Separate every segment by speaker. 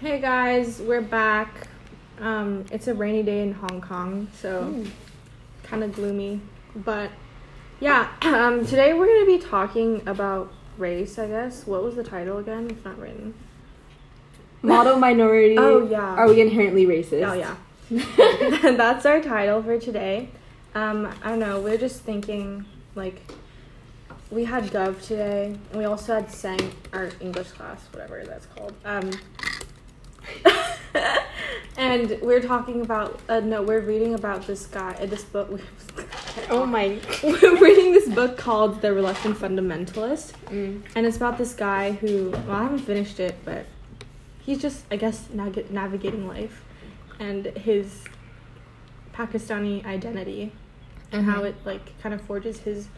Speaker 1: Hey guys, we're back. Um, it's a rainy day in Hong Kong,
Speaker 2: Mm.
Speaker 1: so kind of gloomy. But yeah, um, today we're going to be talking about race, I guess. What was the title again? It's not written.
Speaker 2: Model minority.
Speaker 1: Oh, yeah.
Speaker 2: Are we inherently racist?
Speaker 1: Oh, yeah. That's our title for today. Um, I don't know, we're just thinking like we had Gov today, and we also had Sang, our English class, whatever that's called. Um, and we're talking about, uh, no, we're reading about this guy, uh, this book.
Speaker 2: oh my.
Speaker 1: we're reading this book called The Reluctant Fundamentalist,
Speaker 2: Mm.
Speaker 1: and it's about this guy who, well, I haven't finished it, but he's just, I guess, nag- navigating life and his Pakistani identity and how it like kind of forges his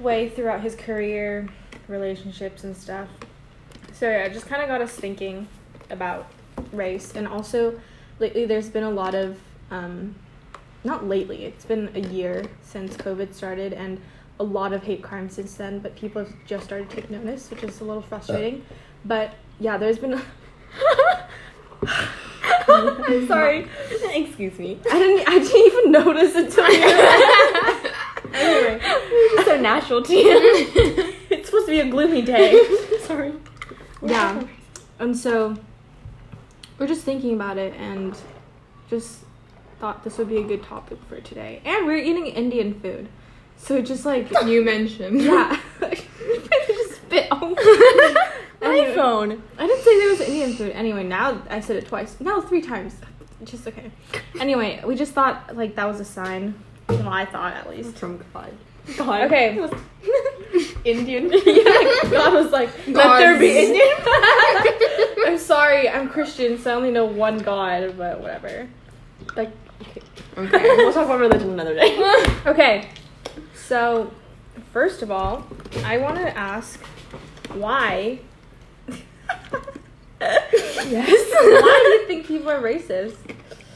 Speaker 1: way throughout his career, relationships and stuff. So yeah, it just kind of got us thinking about race and also lately there's been a lot of um not lately, it's been a year since COVID started and a lot of hate crimes since then, but people have just started to take notice, which is a little frustrating. But yeah, there's been I'm sorry.
Speaker 2: Excuse me.
Speaker 1: I didn't. I didn't even notice until you. anyway,
Speaker 2: so natural to you.
Speaker 1: it's supposed to be a gloomy day.
Speaker 2: Sorry.
Speaker 1: Yeah, and so we're just thinking about it, and just thought this would be a good topic for today. And we're eating Indian food, so it just like
Speaker 3: You mentioned.
Speaker 1: yeah, I just spit all. Anyway.
Speaker 2: iPhone.
Speaker 1: I didn't say there was Indian food. Anyway, now I said it twice. No, three times. Just okay. Anyway, we just thought like that was a sign. Well, I thought at least.
Speaker 2: From God. God.
Speaker 1: Okay.
Speaker 2: Indian.
Speaker 1: yeah, God was like, let
Speaker 3: Gods.
Speaker 1: there be Indian. I'm sorry, I'm Christian, so I only know one God, but whatever. Like, okay.
Speaker 3: Okay.
Speaker 2: we'll talk about religion another day.
Speaker 1: Okay. So, first of all, I want to ask why. why do you think people are racist?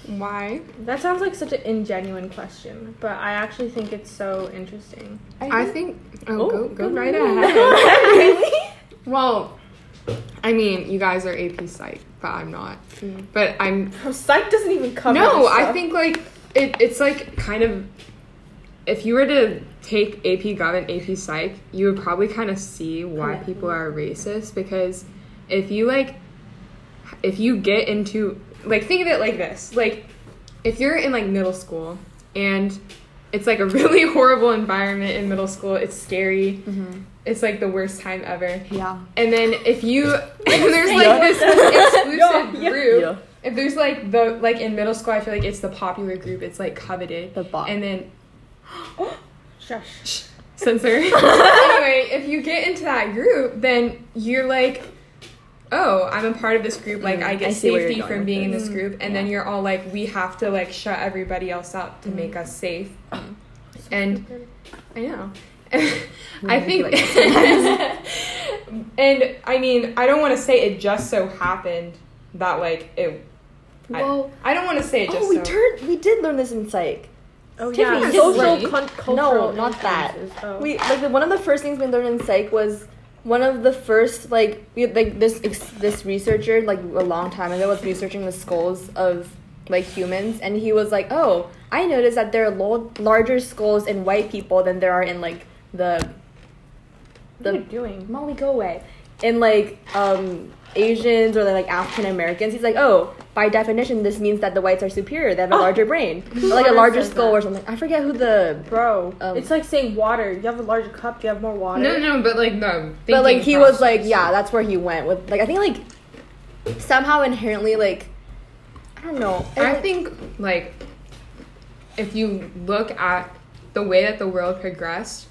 Speaker 3: Why?
Speaker 1: That sounds like such an ingenuine question, but I actually think it's so interesting.
Speaker 3: I think. Oh,
Speaker 2: Oh,
Speaker 3: go,
Speaker 2: go
Speaker 3: go right ahead.
Speaker 1: really?
Speaker 3: well, I mean, you guys are AP Psych, but I'm not. But I'm.
Speaker 1: Psych doesn't even cover.
Speaker 3: No,
Speaker 1: this
Speaker 3: I
Speaker 1: stuff.
Speaker 3: think like it, it's like kind of. If you were to take AP Gov and AP Psych, you would probably kind of see why people are racist because if you like, if you get into like think of it like this, like if you're in like middle school and it's like a really horrible environment in middle school, it's scary. It's like the worst time ever.
Speaker 2: Yeah.
Speaker 3: And then if you and there's
Speaker 2: Yeah.
Speaker 3: like this exclusive
Speaker 1: yeah.
Speaker 3: group.
Speaker 2: Yeah.
Speaker 3: If there's like the like in middle school, I feel like it's the popular group. It's like coveted.
Speaker 2: The bot.
Speaker 3: And then
Speaker 1: Shush.
Speaker 3: censor. anyway, if you get into that group, then you're like, oh, I'm a part of this group. Like I get
Speaker 2: Mm, I see where you're
Speaker 3: safety
Speaker 2: going
Speaker 3: from
Speaker 2: with Mm,
Speaker 3: being in
Speaker 2: this.
Speaker 3: this group. And then you're all like, we have to like shut everybody else out
Speaker 2: Mm.
Speaker 3: to make us safe. And I know. I
Speaker 2: be
Speaker 3: think, and I mean, I don't want to say it just so happened that like it. I-
Speaker 2: Well-
Speaker 3: I, don't want to say it just.
Speaker 2: Oh, we
Speaker 3: so-
Speaker 2: turned. We did learn this in psych.
Speaker 1: Oh
Speaker 2: Tiffany,
Speaker 1: yeah,
Speaker 2: just
Speaker 1: social
Speaker 3: like-
Speaker 1: con- cultural.
Speaker 2: no, not that.
Speaker 1: influences. Oh.
Speaker 2: We like the, one of the first things we learned in psych was one of the first like we like this ex- this researcher like a long time ago was researching the skulls of like humans and he was like oh I noticed that there are lo- larger skulls in white people than there are in like the
Speaker 1: what are
Speaker 2: the
Speaker 1: you doing?
Speaker 2: Molly, go away. And like um, Asians or like African Americans, he's like, oh, by definition, this means that the whites are superior. They have a
Speaker 1: Oh.
Speaker 2: larger brain, or like a
Speaker 1: Someone
Speaker 2: larger
Speaker 1: says
Speaker 2: skull
Speaker 1: that.
Speaker 2: or something. I forget who the.
Speaker 1: Bro,
Speaker 2: Um,
Speaker 1: it's like saying water. You have a larger cup. You have more water.
Speaker 3: No, no, but like no.
Speaker 2: But like he was like, yeah, that's where he went with. Like I think like somehow inherently like I don't know.
Speaker 3: I think like if you look at the way that the world progressed,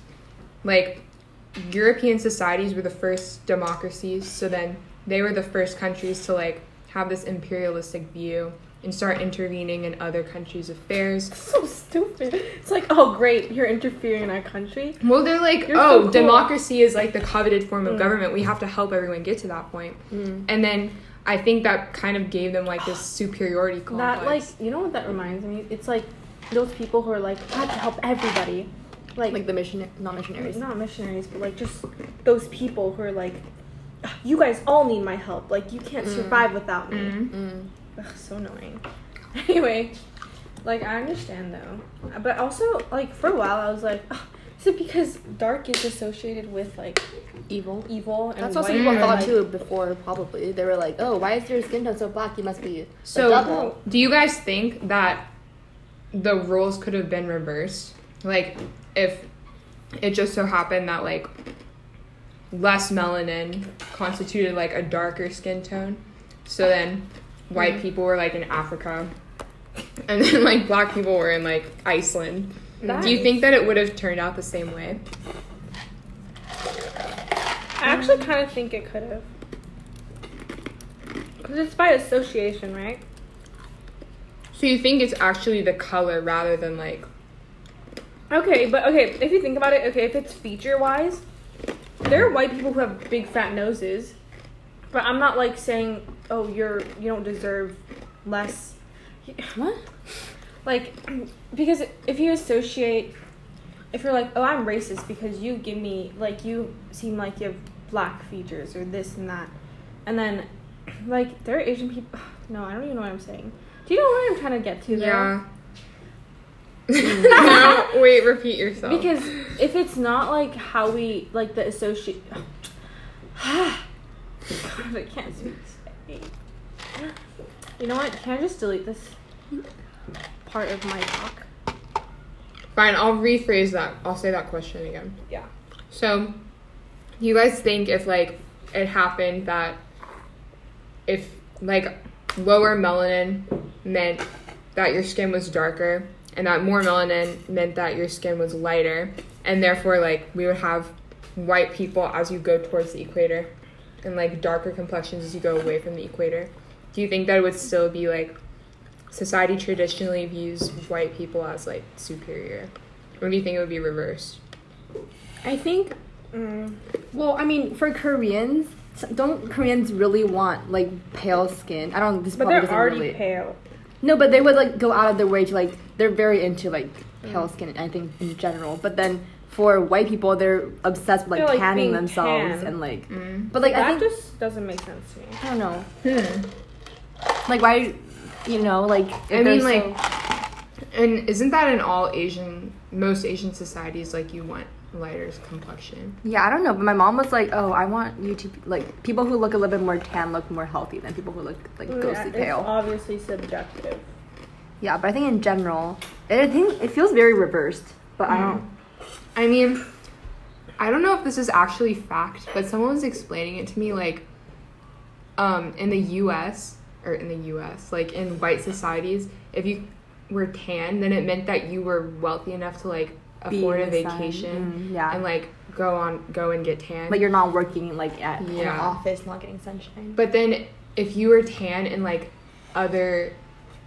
Speaker 3: like European societies were the first democracies, so then they were the first countries to like have this imperialistic view and start intervening in other countries' affairs.
Speaker 1: so stupid. It's like, oh great, you're interfering in our country.
Speaker 3: Well, they're like,
Speaker 1: You're so
Speaker 3: oh,
Speaker 1: cool." Mm.
Speaker 3: democracy is like the coveted form of government. We have to help everyone get to that point.
Speaker 2: mm,
Speaker 3: And then I think that kind of gave them like this superiority complex.
Speaker 1: That like, you know what that reminds me? It's like those people who are like, I have to help everybody. Like,
Speaker 2: like the mission non missionaries.
Speaker 1: not missionaries, but like just those people who are like, you guys all need my help. Like you can't survive without me.
Speaker 3: Mhm.
Speaker 2: Mm.
Speaker 1: Ugh, so annoying. Anyway, like I understand though, but also like for a while I was like, "Ugh, is it because dark is associated with like
Speaker 2: Evil.
Speaker 1: evil and
Speaker 2: That's what some
Speaker 1: white
Speaker 2: people
Speaker 1: and,
Speaker 2: thought
Speaker 1: like-
Speaker 2: too before. Probably they were like, "Oh, why is your skin tone so black? You must be
Speaker 3: So,
Speaker 2: double."
Speaker 3: do you guys think that the roles could have been reversed? Like, if it just so happened that like less melanin constituted like a darker skin tone, so then white
Speaker 1: Mm-hmm.
Speaker 3: people were like in Africa, and then like black people were in like Iceland. Do you think that it would have turned out the same way?
Speaker 1: I actually kind of think it could have. Because it's by association, right?
Speaker 3: So you think it's actually the color rather than like
Speaker 1: Okay, but okay, if you think about it, okay, if it's feature wise, there are white people who have big fat noses. But I'm not like saying, oh, you're you don't deserve less.
Speaker 2: What?
Speaker 1: Like, because if you associate, if you're like, oh, I'm racist because you give me like you seem like you have black features or this and that, and then like there are Asian people. No, I don't even know what I'm saying. Do you know what I'm trying to get to? though?
Speaker 3: no, wait, repeat yourself.
Speaker 1: Because if it's not like how we like the associate, God, I can't speak. today. You know what? Can I just delete this part of my talk?
Speaker 3: Fine, I'll rephrase that. I'll say that question again.
Speaker 1: Yeah.
Speaker 3: So, you guys think if like it happened that if like lower melanin meant that your skin was darker and that more melanin meant that your skin was lighter and therefore like we would have white people as you go towards the equator and like darker complexions as you go away from the equator. Do you think that it would still be like society traditionally views white people as like superior? Or do you think it would be reversed?
Speaker 2: I think. mm, Well, I mean, for Koreans, s- don't Koreans really want like pale skin? I don't. This
Speaker 1: But
Speaker 2: probably
Speaker 1: they're
Speaker 2: doesn't
Speaker 1: already
Speaker 2: relate.
Speaker 1: pale.
Speaker 2: No, but they would like go out of their way to like they're very into like pale skin. I think in general, but then for white people, they're obsessed with like,
Speaker 1: They're, like,
Speaker 2: tanning
Speaker 1: being
Speaker 2: themselves
Speaker 1: tan. Mm.
Speaker 2: and like. But like I
Speaker 1: that
Speaker 2: think
Speaker 1: just doesn't make sense to me.
Speaker 2: I don't know. Like why, you know, like if
Speaker 3: I mean,
Speaker 2: they're
Speaker 3: like,
Speaker 2: so-
Speaker 3: and isn't that in all Asian, most Asian societies, like you want lighter complexion?
Speaker 2: yeah, I don't know. But my mom was like, oh, I want you to like people who look a little bit more tan look more healthy than people who look like ghostly
Speaker 1: It's
Speaker 2: pale.
Speaker 1: obviously subjective.
Speaker 2: Yeah, but I think in general, I think it feels very reversed. But
Speaker 1: Mm.
Speaker 2: I don't.
Speaker 3: I mean, I don't know if this is actually fact, but someone was explaining it to me like um in the US or in the US, like in white societies, if you were tan, then it meant that you were wealthy enough to like
Speaker 2: Be
Speaker 3: afford a
Speaker 2: in the sun.
Speaker 3: vacation
Speaker 2: Mm, yeah.
Speaker 3: and like go on go and get tan.
Speaker 2: Like you're not working like at in an
Speaker 3: Yeah.
Speaker 2: office, not getting sunshine.
Speaker 3: But then if you were tan in like other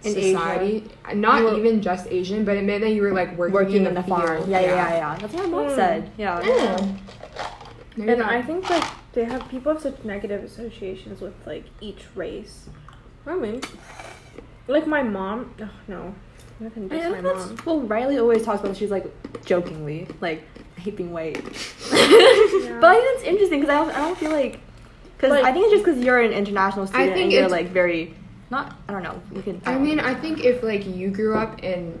Speaker 2: In
Speaker 3: society, not
Speaker 2: You were-
Speaker 3: even just Asian, but it meant that you were like working,
Speaker 2: working
Speaker 3: in the
Speaker 2: farm.
Speaker 3: field.
Speaker 2: Yeah, yeah, yeah, yeah. That's what my mom
Speaker 1: Mm.
Speaker 2: said. Yeah.
Speaker 3: Maybe
Speaker 1: Hmm. And
Speaker 3: that-
Speaker 1: I think like they have people have such negative associations with like each race. I mean, like my mom. Oh no, nothing
Speaker 2: I
Speaker 1: against my
Speaker 2: think that's
Speaker 1: mom.
Speaker 2: well, Riley always talks about. She's like jokingly, like I hate being white.
Speaker 1: Yeah.
Speaker 2: But I think it's interesting because I don't, I don't feel like because
Speaker 1: Like-
Speaker 2: I think it's just because you're an international student
Speaker 3: think
Speaker 2: and you're
Speaker 3: it's-
Speaker 2: like very not. I don't know. You can.
Speaker 3: I
Speaker 2: don't-
Speaker 3: mean, I think if like you grew up in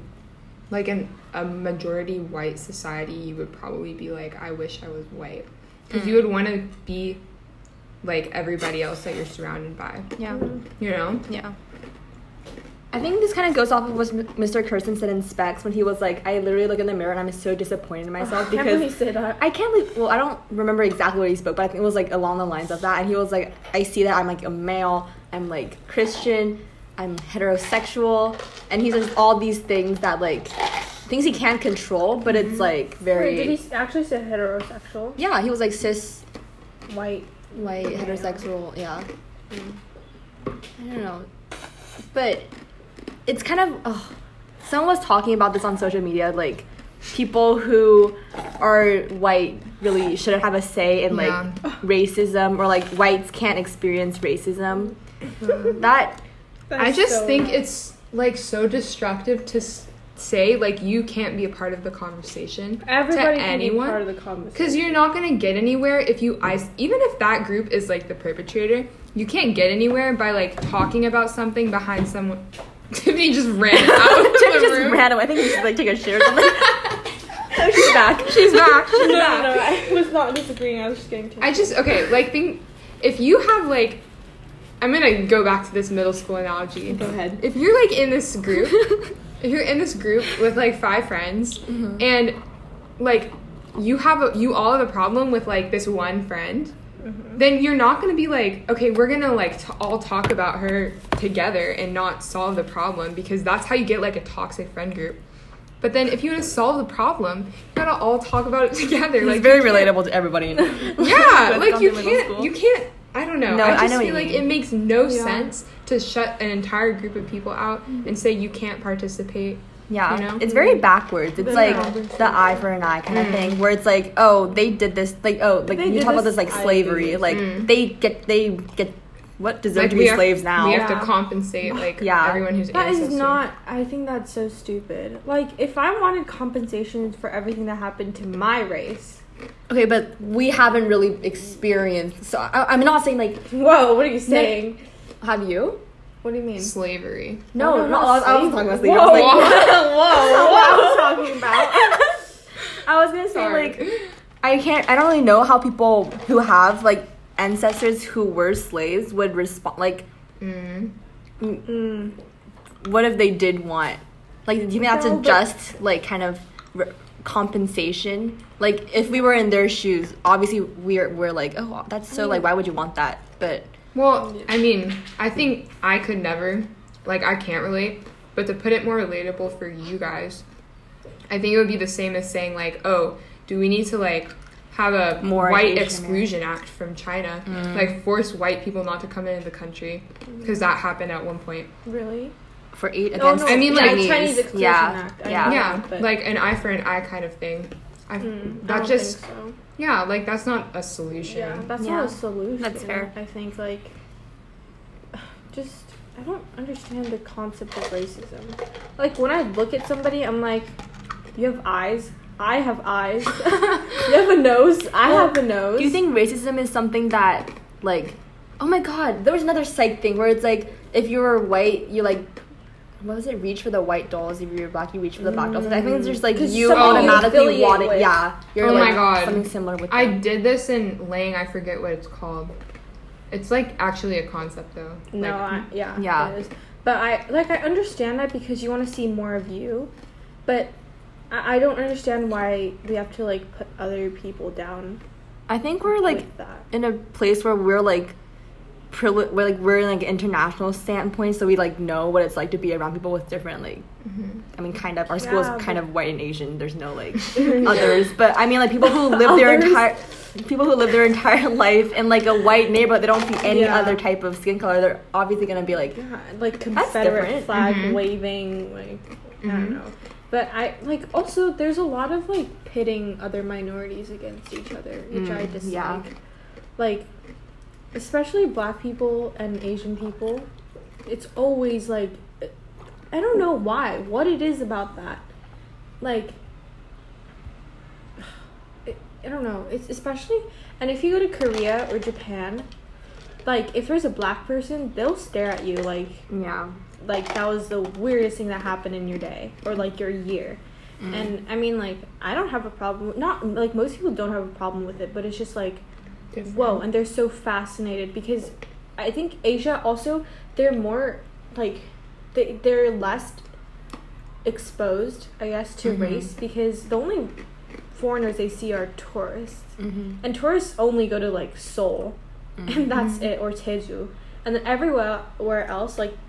Speaker 3: like an a majority white society, you would probably be like, I wish I was white, because
Speaker 2: Hmm.
Speaker 3: you would want to be like everybody else that you're surrounded by.
Speaker 2: yeah,
Speaker 3: You know?
Speaker 2: yeah. I think this kind of goes off of what M- Mr. Kirsten said in Specs when he was like, I literally look in the mirror and I'm so disappointed in myself
Speaker 1: Can't
Speaker 2: because
Speaker 1: believe you say that.
Speaker 2: I can't believe. Well, I don't remember exactly what he spoke, but I think it was like along the lines of that. And he was like, "I see that I'm like a male. I'm like Christian. I'm heterosexual." And he's just all these things that like things he can't control, but it's like very.
Speaker 1: Mm-hmm. Wait, did he s- actually say heterosexual?
Speaker 2: yeah, he was like cis,
Speaker 1: White.
Speaker 2: white, heterosexual. Yeah. I don't know, but it's kind of. Oh, someone was talking about this on social media, like people who are white really shouldn't have a say in like
Speaker 3: Yeah.
Speaker 2: racism or like whites can't experience racism. that
Speaker 1: That
Speaker 3: I
Speaker 1: is
Speaker 3: just
Speaker 1: so-
Speaker 3: think it's like so destructive to s- say like you can't be a part of the conversation
Speaker 1: Everybody
Speaker 3: to
Speaker 1: can
Speaker 3: anyone
Speaker 1: be part of the conversation.
Speaker 3: because you're not gonna get anywhere if you is- even if that group is like the perpetrator, you can't get anywhere by like talking about something behind someone. Tiffany just ran out of the
Speaker 2: Tiffany just
Speaker 3: room.
Speaker 2: ran away. I think she should like take a shit or something. oh, she's back.
Speaker 3: She's back. She's
Speaker 1: No,
Speaker 3: back.
Speaker 1: no, no, I was not disagreeing. I was just getting.
Speaker 3: I just okay, like think if you have like I'm gonna go back to this middle school analogy.
Speaker 2: Go ahead.
Speaker 3: If you're like in this group, if you're in this group with like five friends and like you have a you all have a problem with like this one friend, then you're not gonna be like, okay, we're gonna like t- all talk about her together and not solve the problem because that's how you get like a toxic friend group. But then if you want to solve the problem, you gotta all talk about it together.
Speaker 2: It's
Speaker 3: like
Speaker 2: very
Speaker 3: you can't-
Speaker 2: relatable to everybody.
Speaker 3: yeah,
Speaker 2: That's
Speaker 3: like
Speaker 2: gone
Speaker 3: you
Speaker 2: through middle
Speaker 3: can't,
Speaker 2: school.
Speaker 3: you can't. I don't know.
Speaker 2: No,
Speaker 3: I
Speaker 2: I
Speaker 3: just
Speaker 2: know what
Speaker 3: feel
Speaker 2: you
Speaker 3: like
Speaker 2: mean.
Speaker 3: it makes no
Speaker 1: Yeah.
Speaker 3: sense to shut an entire group of people out
Speaker 2: Mm.
Speaker 3: and say you can't participate.
Speaker 2: Yeah,
Speaker 3: You know?
Speaker 2: it's very backwards. It's
Speaker 1: Very
Speaker 2: like
Speaker 1: backwards.
Speaker 2: the eye for an eye kind of thing, where it's like, oh, they did this, like, oh, like
Speaker 1: They
Speaker 2: you
Speaker 1: did
Speaker 2: talk about
Speaker 1: this,
Speaker 2: this like
Speaker 1: I
Speaker 2: slavery,
Speaker 1: did.
Speaker 2: like
Speaker 3: Mm.
Speaker 2: they get they get what deserve
Speaker 3: Like,
Speaker 2: to
Speaker 3: we
Speaker 2: be
Speaker 3: have-
Speaker 2: slaves now.
Speaker 3: We have
Speaker 1: Yeah.
Speaker 3: to compensate like
Speaker 2: Yeah.
Speaker 3: everyone who's
Speaker 1: That is
Speaker 3: ancestor.
Speaker 1: not. I think that's so stupid. Like, if I wanted compensation for everything that happened to my race,
Speaker 2: Okay, but we haven't really experienced. So I, I'm not saying like,
Speaker 1: whoa, what are you saying?
Speaker 2: have you?
Speaker 1: What do you mean?
Speaker 3: slavery.
Speaker 2: No,
Speaker 1: no,
Speaker 2: no,
Speaker 1: not
Speaker 2: I, was, I
Speaker 1: slavery.
Speaker 2: was talking about slavery. I was
Speaker 1: Whoa.
Speaker 2: like,
Speaker 1: That's not what I was talking about.
Speaker 2: I was gonna say
Speaker 3: Sorry.
Speaker 2: like, I can't. I don't really know how people who have like ancestors who were slaves would respond. Like,
Speaker 3: Mm.
Speaker 1: Mm.
Speaker 2: what if they did want like do you think that's
Speaker 1: No,
Speaker 2: a
Speaker 1: but-
Speaker 2: just like kind of re- compensation like if we were in their shoes obviously we're we're like oh that's so like why would you want that but
Speaker 3: Well, I mean, I think I could never, like, I can't relate. But to put it more relatable for you guys, I think it would be the same as saying, like, oh, do we need to, like, have a
Speaker 2: More
Speaker 3: white
Speaker 2: Asian
Speaker 3: exclusion act from China?
Speaker 1: Mm.
Speaker 3: Like, force white people not to come into the country? Because that happened at one point.
Speaker 1: Really?
Speaker 2: for eight
Speaker 1: Oh,
Speaker 2: against
Speaker 1: no,
Speaker 3: I mean,
Speaker 1: yeah,
Speaker 3: like-
Speaker 2: Chinese,
Speaker 1: Chinese Exclusion
Speaker 2: yeah
Speaker 1: Act, I
Speaker 2: yeah
Speaker 1: know.
Speaker 3: yeah,
Speaker 1: but-
Speaker 3: like an eye for an eye kind of thing. I,
Speaker 1: Mm, I
Speaker 3: that
Speaker 1: don't
Speaker 3: just,
Speaker 1: think so.
Speaker 3: yeah, like, that's not a solution.
Speaker 1: Yeah, that's
Speaker 2: Yeah.
Speaker 1: not a solution.
Speaker 2: That's fair.
Speaker 1: I think like just I don't understand the concept of racism. Like when I look at somebody, I'm like, you have eyes. I have eyes. you have a nose. I
Speaker 2: Well,
Speaker 1: have a nose.
Speaker 2: do you think racism is something that like oh my god there was another psych thing where it's like if you were white you like what was it reach for the white dolls if you were black you reach for the black dolls i think it's just like
Speaker 1: 'Cause
Speaker 2: you
Speaker 1: someone
Speaker 3: you
Speaker 2: automatically
Speaker 1: Mm. affiliate
Speaker 2: want it
Speaker 1: with.
Speaker 2: yeah you're
Speaker 3: Oh my
Speaker 2: like
Speaker 3: God.
Speaker 2: something similar with
Speaker 3: I
Speaker 2: them.
Speaker 3: did this in Lang. I forget what it's called. It's like actually a concept though.
Speaker 1: No,
Speaker 3: Like,
Speaker 1: I, yeah,
Speaker 2: Yeah.
Speaker 1: it is. But I like I understand that because you want to see more of you, but I, I don't understand why we have to like put other people down
Speaker 2: I think we're like
Speaker 1: with that.
Speaker 2: in a place where we're like prili- we're like we're in like international standpoint, so we like know what it's like to be around people with different like. I mean, kind of. Our school
Speaker 1: Yeah,
Speaker 2: is kind
Speaker 1: but-
Speaker 2: of white and Asian. There's no like others, but I mean, like people who live their
Speaker 1: Others.
Speaker 2: entire people who live their entire life in like a white neighborhood. They don't see any
Speaker 1: Yeah.
Speaker 2: other type of skin color. They're obviously gonna be like,
Speaker 1: Yeah, like
Speaker 2: different. Mm-hmm.
Speaker 1: Confederate flag waving, like I don't know. But I like also there's a lot of like pitting other minorities against each other, which I
Speaker 2: Mm,
Speaker 1: dislike.
Speaker 2: yeah.
Speaker 1: Like especially black people and Asian people, it's always like I don't know why, what it is about that. Like it, I don't know. It's especially and if you go to Korea or Japan, like if there's a black person, they'll stare at you like
Speaker 2: yeah,
Speaker 1: like that was the weirdest thing that happened in your day or like your year. And I mean like I don't have a problem not like most people don't have a problem with it, but it's just like
Speaker 3: Different.
Speaker 1: whoa, and they're so fascinated because I think Asia also they're more like they they're less exposed, I guess, to race because the only foreigners they see are tourists.
Speaker 2: Mm-hmm.
Speaker 1: And tourists only go to like Seoul, and that's it, or Jeju, and then everywhere where else, like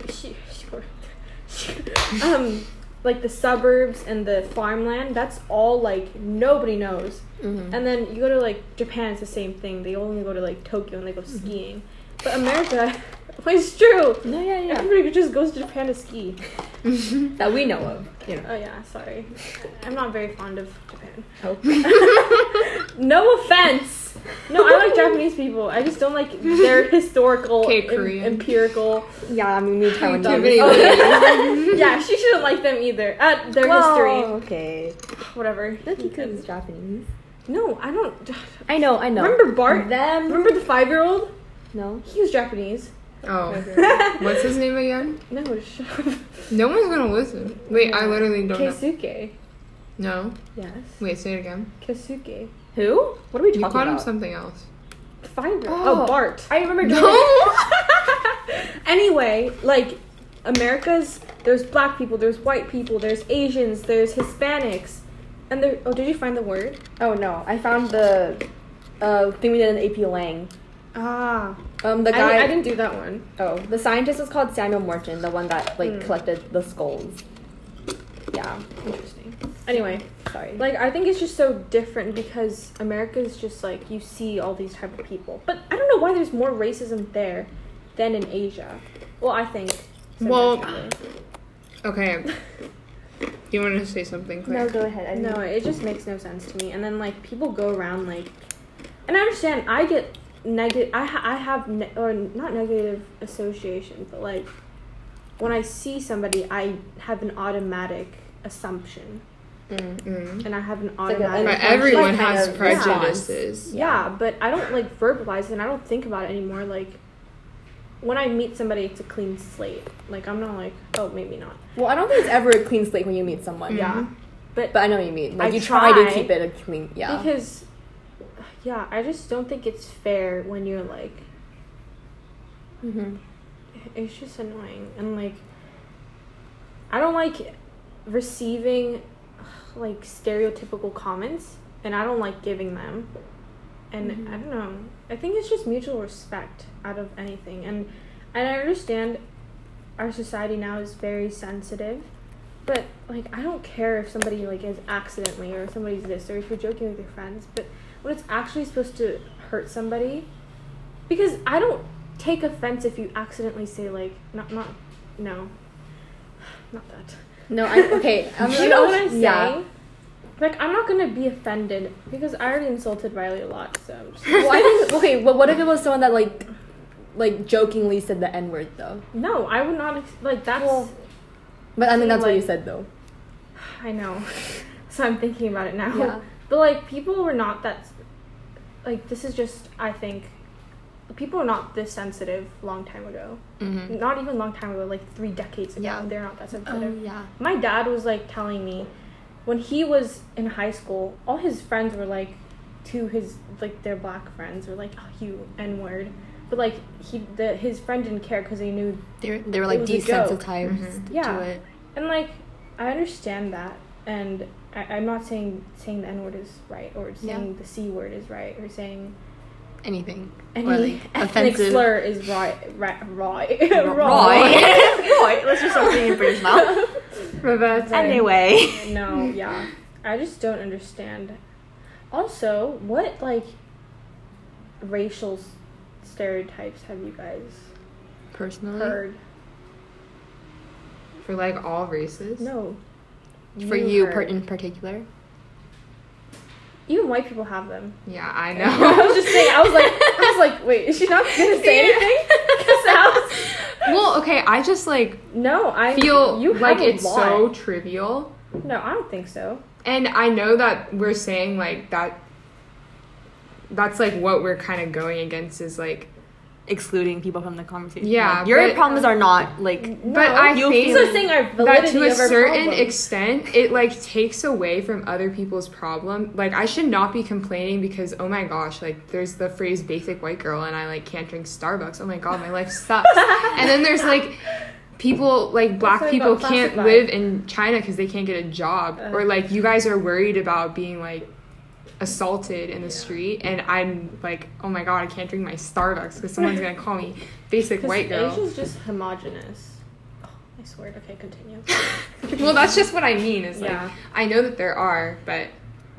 Speaker 1: um, like the suburbs and the farmland, that's all like nobody knows. And then you go to like Japan, it's the same thing. They only go to like Tokyo and they
Speaker 2: Mm-hmm.
Speaker 1: go skiing. But America, it's true.
Speaker 2: no, yeah,
Speaker 1: Everybody just goes to Japan to ski.
Speaker 2: that we know of. You know,
Speaker 1: Oh yeah, sorry. I'm not very fond of Japan. No offense. No, I like Japanese people. I just don't like their historical,
Speaker 3: Okay,
Speaker 1: em-
Speaker 3: Korean.
Speaker 1: empirival.
Speaker 2: Yeah, I mean, we Taiwan dogs.
Speaker 3: Creativity.
Speaker 2: Oh,
Speaker 1: yeah, she shouldn't like them either. At their
Speaker 2: well,
Speaker 1: history,
Speaker 2: Oh, Okay.
Speaker 1: whatever.
Speaker 2: Because Japanese.
Speaker 1: No, I don't.
Speaker 2: I know, I know. Mm-hmm.
Speaker 1: Remember Bart?
Speaker 2: Them.
Speaker 1: Remember the five-year-old?
Speaker 2: No.
Speaker 1: He was Japanese.
Speaker 3: Oh, what's his name again?
Speaker 1: No, shut up.
Speaker 3: No one's gonna listen. Wait, I literally don't know.
Speaker 1: Keisuke.
Speaker 3: No,
Speaker 1: Yes.
Speaker 3: wait, say it again.
Speaker 1: Keisuke.
Speaker 2: Who? What are we
Speaker 3: You
Speaker 2: talking
Speaker 3: called him
Speaker 2: about?
Speaker 3: something else.
Speaker 1: The fiber.
Speaker 2: Oh.
Speaker 1: Oh, Bart.
Speaker 2: I remember
Speaker 3: No.
Speaker 1: anyway, like America's there's black people, there's white people, there's Asians, there's Hispanics. And there oh did you find the word?
Speaker 2: Oh no, I found the uh, thing we did in AP Lang.
Speaker 1: Ah.
Speaker 2: Um,
Speaker 1: The
Speaker 2: the guy.
Speaker 1: guy I, didn't do that one.
Speaker 2: Oh, the scientist was called Samuel Morton, the one that like
Speaker 1: Mm.
Speaker 2: collected the skulls. Yeah,
Speaker 1: Interesting. Anyway,
Speaker 2: sorry.
Speaker 1: like I think it's just so different because America's just like you see all these type of people. But I don't know why there's more racism there than in Asia. Well, I think.
Speaker 3: Well,
Speaker 1: subjectively.
Speaker 3: Okay. You want to say something, Claire?
Speaker 2: no, go ahead. I
Speaker 1: No, it just makes no sense to me. And then like people go around like, and I understand. I get negative. I ha- I have ne- or not negative association, but like when I see somebody, I have an automatic assumption,
Speaker 2: Mm.
Speaker 3: Mm.
Speaker 1: and I have an
Speaker 2: like a-
Speaker 1: automatic.
Speaker 3: But
Speaker 2: Like,
Speaker 3: everyone
Speaker 2: like, kind
Speaker 3: has
Speaker 2: of
Speaker 3: prejudices.
Speaker 1: yeah, but I don't like verbalize it. and I don't think about it anymore. Like when I meet somebody, it's a clean slate. Like I'm not like oh maybe not.
Speaker 2: Well, I don't think it's ever a clean slate when you meet someone.
Speaker 1: Yeah, but
Speaker 2: But I know what you mean. Like
Speaker 1: I
Speaker 2: you try, to
Speaker 1: try.
Speaker 2: keep it a clean. Yeah.
Speaker 1: Because, yeah, I just don't think it's fair when you're like,
Speaker 2: mm-hmm.
Speaker 1: it's just annoying. And like, I don't like receiving like stereotypical comments, and I don't like giving them. And I don't know. I think it's just mutual respect out of anything. And and I understand our society now is very sensitive. But like I don't care if somebody like is accidentally or somebody's this or if you're joking with your friends, but when it's actually supposed to hurt somebody because I don't take offense if you accidentally say like not not no. Not that.
Speaker 2: No, I okay. I'm
Speaker 1: you
Speaker 2: like,
Speaker 1: know
Speaker 2: oh,
Speaker 1: what I'm saying?
Speaker 2: yeah.
Speaker 1: Like I'm not gonna be offended because I already insulted Riley a lot, so I'm just-
Speaker 2: Well, I think okay, but what if it was someone that like, like jokingly said the n word though?
Speaker 1: no, I would not ex- like that's
Speaker 2: But I think
Speaker 1: See,
Speaker 2: that's what you
Speaker 1: like-
Speaker 2: said though.
Speaker 1: I know. So I'm thinking about it now.
Speaker 2: Yeah.
Speaker 1: But like people were not that like this is just I think people were not this sensitive long time ago.
Speaker 3: Mm-hmm.
Speaker 1: Not even long time ago, like 3 decades ago.
Speaker 2: Mm. Yeah.
Speaker 1: They're not that sensitive.
Speaker 2: yeah.
Speaker 1: My dad was like telling me when he was in high school, all his friends were like to his like their black friends were like oh, you n word. But like he the his friend didn't care cuz they knew
Speaker 4: They were, they were
Speaker 1: It
Speaker 4: like
Speaker 1: was a joke.
Speaker 4: desensitized
Speaker 3: Mm-hmm.
Speaker 1: Yeah.
Speaker 4: to it.
Speaker 1: And like, I understand that, and I, I'm not saying saying the N word is right, or saying the C word is right, or saying
Speaker 4: Anything.
Speaker 1: any
Speaker 4: like,
Speaker 1: ethnic
Speaker 4: offensive.
Speaker 1: slur is right, right, right,
Speaker 4: Ro- Roy. Let's just stop saying it British now.
Speaker 3: Roberta.
Speaker 4: Anyway.
Speaker 1: no, yeah, I just don't understand. Also, what like racial s- stereotypes have you guys
Speaker 4: Personally,
Speaker 1: heard?
Speaker 3: For like all races.
Speaker 1: No,
Speaker 4: for you per-
Speaker 1: heard.
Speaker 4: in particular,
Speaker 1: even white people have them.
Speaker 3: Yeah, I
Speaker 1: I
Speaker 3: know.
Speaker 1: was just saying, I was like, I was like, wait, is she not gonna say anything? 'Cause I was-
Speaker 3: well, okay, I just like
Speaker 1: No, I
Speaker 3: feel
Speaker 1: you have
Speaker 3: like
Speaker 1: a
Speaker 3: it's
Speaker 1: lot.
Speaker 3: so trivial.
Speaker 1: No, I don't think so.
Speaker 3: And I know that we're saying like that that's like what we're kind of going against is like
Speaker 4: excluding people from the conversation.
Speaker 3: Yeah,
Speaker 4: Like, your
Speaker 3: but-
Speaker 4: problems are not like.
Speaker 3: but I
Speaker 4: you
Speaker 3: think
Speaker 1: He's also saying our validity
Speaker 3: that to a
Speaker 1: of our
Speaker 3: certain
Speaker 1: problem.
Speaker 3: extent it like takes away from other people's problem like i should not be complaining because oh my gosh like there's the phrase basic white girl and i like can't drink starbucks oh my god my life sucks and then there's like people like black
Speaker 1: what I
Speaker 3: people
Speaker 1: got
Speaker 3: can't
Speaker 1: classified.
Speaker 3: live in china because they can't get a job
Speaker 1: Uh.
Speaker 3: or like you guys are worried about being like assaulted in the street and i'm like oh my god i can't drink my starbucks because someone's gonna call me basic
Speaker 1: 'Cause
Speaker 3: white girl
Speaker 1: Asia's just homogenous. Oh, I swear. Okay, continue.
Speaker 3: Well, that's just what I mean. Is like
Speaker 1: Yeah.
Speaker 3: I know that there are, but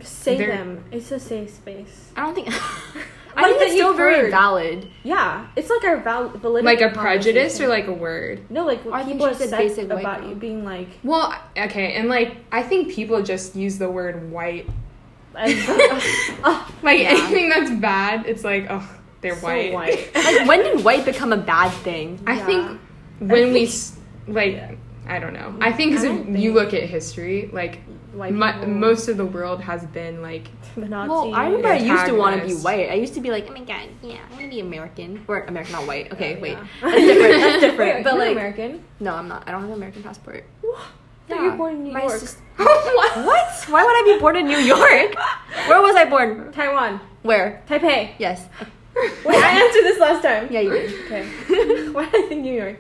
Speaker 1: Say
Speaker 3: They're-
Speaker 1: them. It's a safe space.
Speaker 4: I don't think.
Speaker 1: Like
Speaker 4: I think
Speaker 1: that
Speaker 4: it's still
Speaker 1: you've
Speaker 4: very
Speaker 1: heard.
Speaker 4: valid.
Speaker 1: Yeah, it's like our val- validity.
Speaker 3: like a
Speaker 1: of
Speaker 3: prejudice or
Speaker 1: conversation.
Speaker 3: like a word.
Speaker 1: no, like what
Speaker 4: I think
Speaker 1: people
Speaker 4: she
Speaker 1: are
Speaker 4: said
Speaker 1: said
Speaker 4: basic white
Speaker 1: about
Speaker 4: girl.
Speaker 1: you being like
Speaker 3: Well, okay, and like I think people just use the word white
Speaker 1: "Oh, As,
Speaker 3: Like
Speaker 2: Yeah.
Speaker 3: anything that's bad, it's like oh they're
Speaker 1: so
Speaker 3: white.
Speaker 1: white.
Speaker 2: Like, when did white become a bad thing?
Speaker 3: I
Speaker 1: Yeah.
Speaker 3: think when we s- like
Speaker 1: Yeah.
Speaker 3: I don't know. I think 'cause
Speaker 1: I
Speaker 3: if
Speaker 1: don't
Speaker 3: you
Speaker 1: think-
Speaker 3: look at history, like
Speaker 1: White
Speaker 3: mu-
Speaker 1: people,
Speaker 3: most of the world has been like
Speaker 1: the Nazis.
Speaker 2: Well, I remember I used to want to be
Speaker 3: Antagonist.
Speaker 2: white. I used to be like, oh my god, yeah, I'm gonna be American or American, not white. Okay, wait,
Speaker 1: Oh, Yeah.
Speaker 2: that's different. That's different. but like,
Speaker 4: American.
Speaker 2: no, I'm not. I don't have an American passport.
Speaker 1: But you're born in New
Speaker 2: My
Speaker 1: York.
Speaker 2: sis- what? Why would I be born in New York? Where was I born?
Speaker 1: Taiwan,
Speaker 2: Where?
Speaker 1: Taipei.
Speaker 2: Yes.
Speaker 1: Wait, I answered this last time.
Speaker 2: Yeah, you did.
Speaker 1: Okay. Why did I think New York?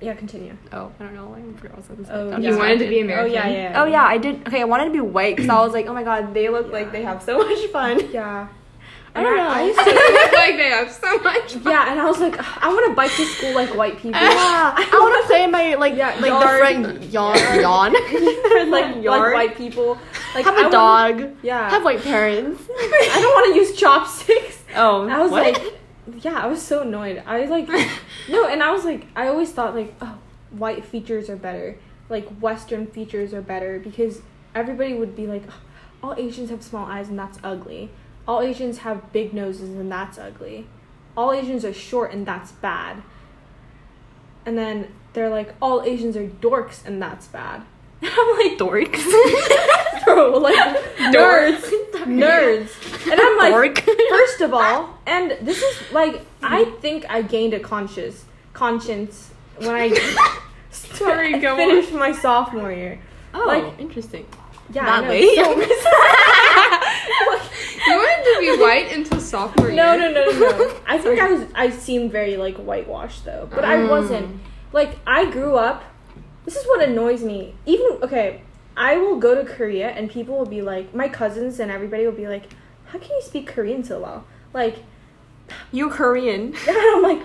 Speaker 1: Yeah, continue.
Speaker 2: Oh, I don't know. I forgot what I was gonna say.
Speaker 1: Oh,
Speaker 2: I'm
Speaker 1: yeah.
Speaker 3: you wanted to be
Speaker 1: Oh
Speaker 3: American.
Speaker 1: yeah, yeah.
Speaker 2: Oh yeah, I did. Okay, I wanted to be white because I was like, oh my god, they look like they have so much fun.
Speaker 1: Yeah.
Speaker 2: I don't know.
Speaker 1: I used
Speaker 3: They look like they have so much. fun.
Speaker 1: Yeah, and I was like, "Ugh, I want to bike to school like white people.
Speaker 2: yeah, I want to play in my like
Speaker 1: Yeah,
Speaker 2: like
Speaker 1: yard.
Speaker 2: the front yawn yawn.
Speaker 1: like, like
Speaker 2: Yard.
Speaker 1: white people. Like
Speaker 2: have
Speaker 1: I
Speaker 2: a
Speaker 1: wanna-
Speaker 2: dog.
Speaker 1: yeah.
Speaker 2: Have white parents.
Speaker 1: I don't want to use chopsticks.
Speaker 2: Oh,
Speaker 1: I was
Speaker 2: what?
Speaker 1: like, yeah, I was so annoyed. I was like, no, and I was like, I always thought like, oh, white features are better. Like Western features are better because everybody would be like, "Ugh, all Asians have small eyes and that's ugly. All Asians have big noses and that's ugly. All Asians are short and that's bad. And then they're like, all Asians are dorks and that's bad. I'm like,
Speaker 2: dorks.
Speaker 1: bro, like nerds, nerds. And I'm like,
Speaker 2: Dork.
Speaker 1: First of all, and this is like I think I gained a conscious conscience when I
Speaker 3: Sorry, go on.
Speaker 1: finished my sophomore year.
Speaker 2: Oh,
Speaker 1: Like-
Speaker 2: interesting.
Speaker 1: Yeah,
Speaker 2: That
Speaker 1: I know,
Speaker 2: way.
Speaker 1: so mis-
Speaker 3: You wanted to be white until sophomore year.
Speaker 1: no, no, no, no, no. I think I was. I seemed very like whitewashed though, but
Speaker 3: Mm.
Speaker 1: I wasn't. Like I grew up. This is what annoys me. Even okay, I will go to Korea and people will be like, my cousins and everybody will be like, how can you speak Korean so well? Like
Speaker 2: You Korean.
Speaker 1: And I'm like,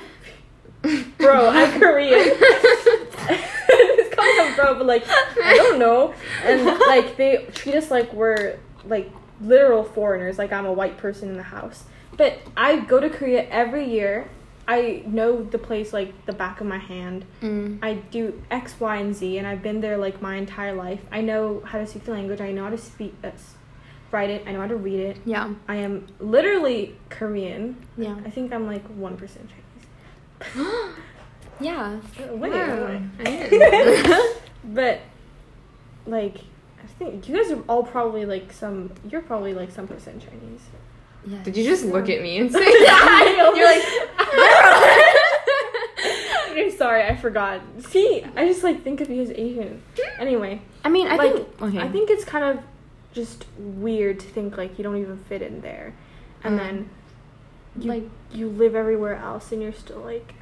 Speaker 1: bro, I'm Korean. it's kind of bro, but like, I don't know. And like, they treat us like we're like literal foreigners, like I'm a white person in the house. But I go to Korea every year. I know the place like the back of my hand.
Speaker 2: Mm,
Speaker 1: I do X, Y, and Z, and I've been there like my entire life. I know how to speak the language. I know how to speak, uh, s- write it. I know how to read it.
Speaker 2: Yeah.
Speaker 1: I am literally Korean.
Speaker 2: Yeah.
Speaker 1: I think I'm like one percent Chinese.
Speaker 2: Yeah.
Speaker 1: Uh, Wait,
Speaker 3: Wow. I didn't-
Speaker 1: wait. but like, I think you guys are all probably like some. You're probably like some percent Chinese.
Speaker 2: Yeah.
Speaker 3: Did you just look at me and say
Speaker 1: I know.
Speaker 2: You're like,
Speaker 1: I'm sorry, I forgot. See, I just like think of you as Asian. Anyway,
Speaker 2: I mean, I
Speaker 1: Like,
Speaker 2: think. Okay.
Speaker 1: I think it's kind of just weird to think like you don't even fit in there, and then you,
Speaker 2: Um, like
Speaker 1: you live everywhere else and you're still like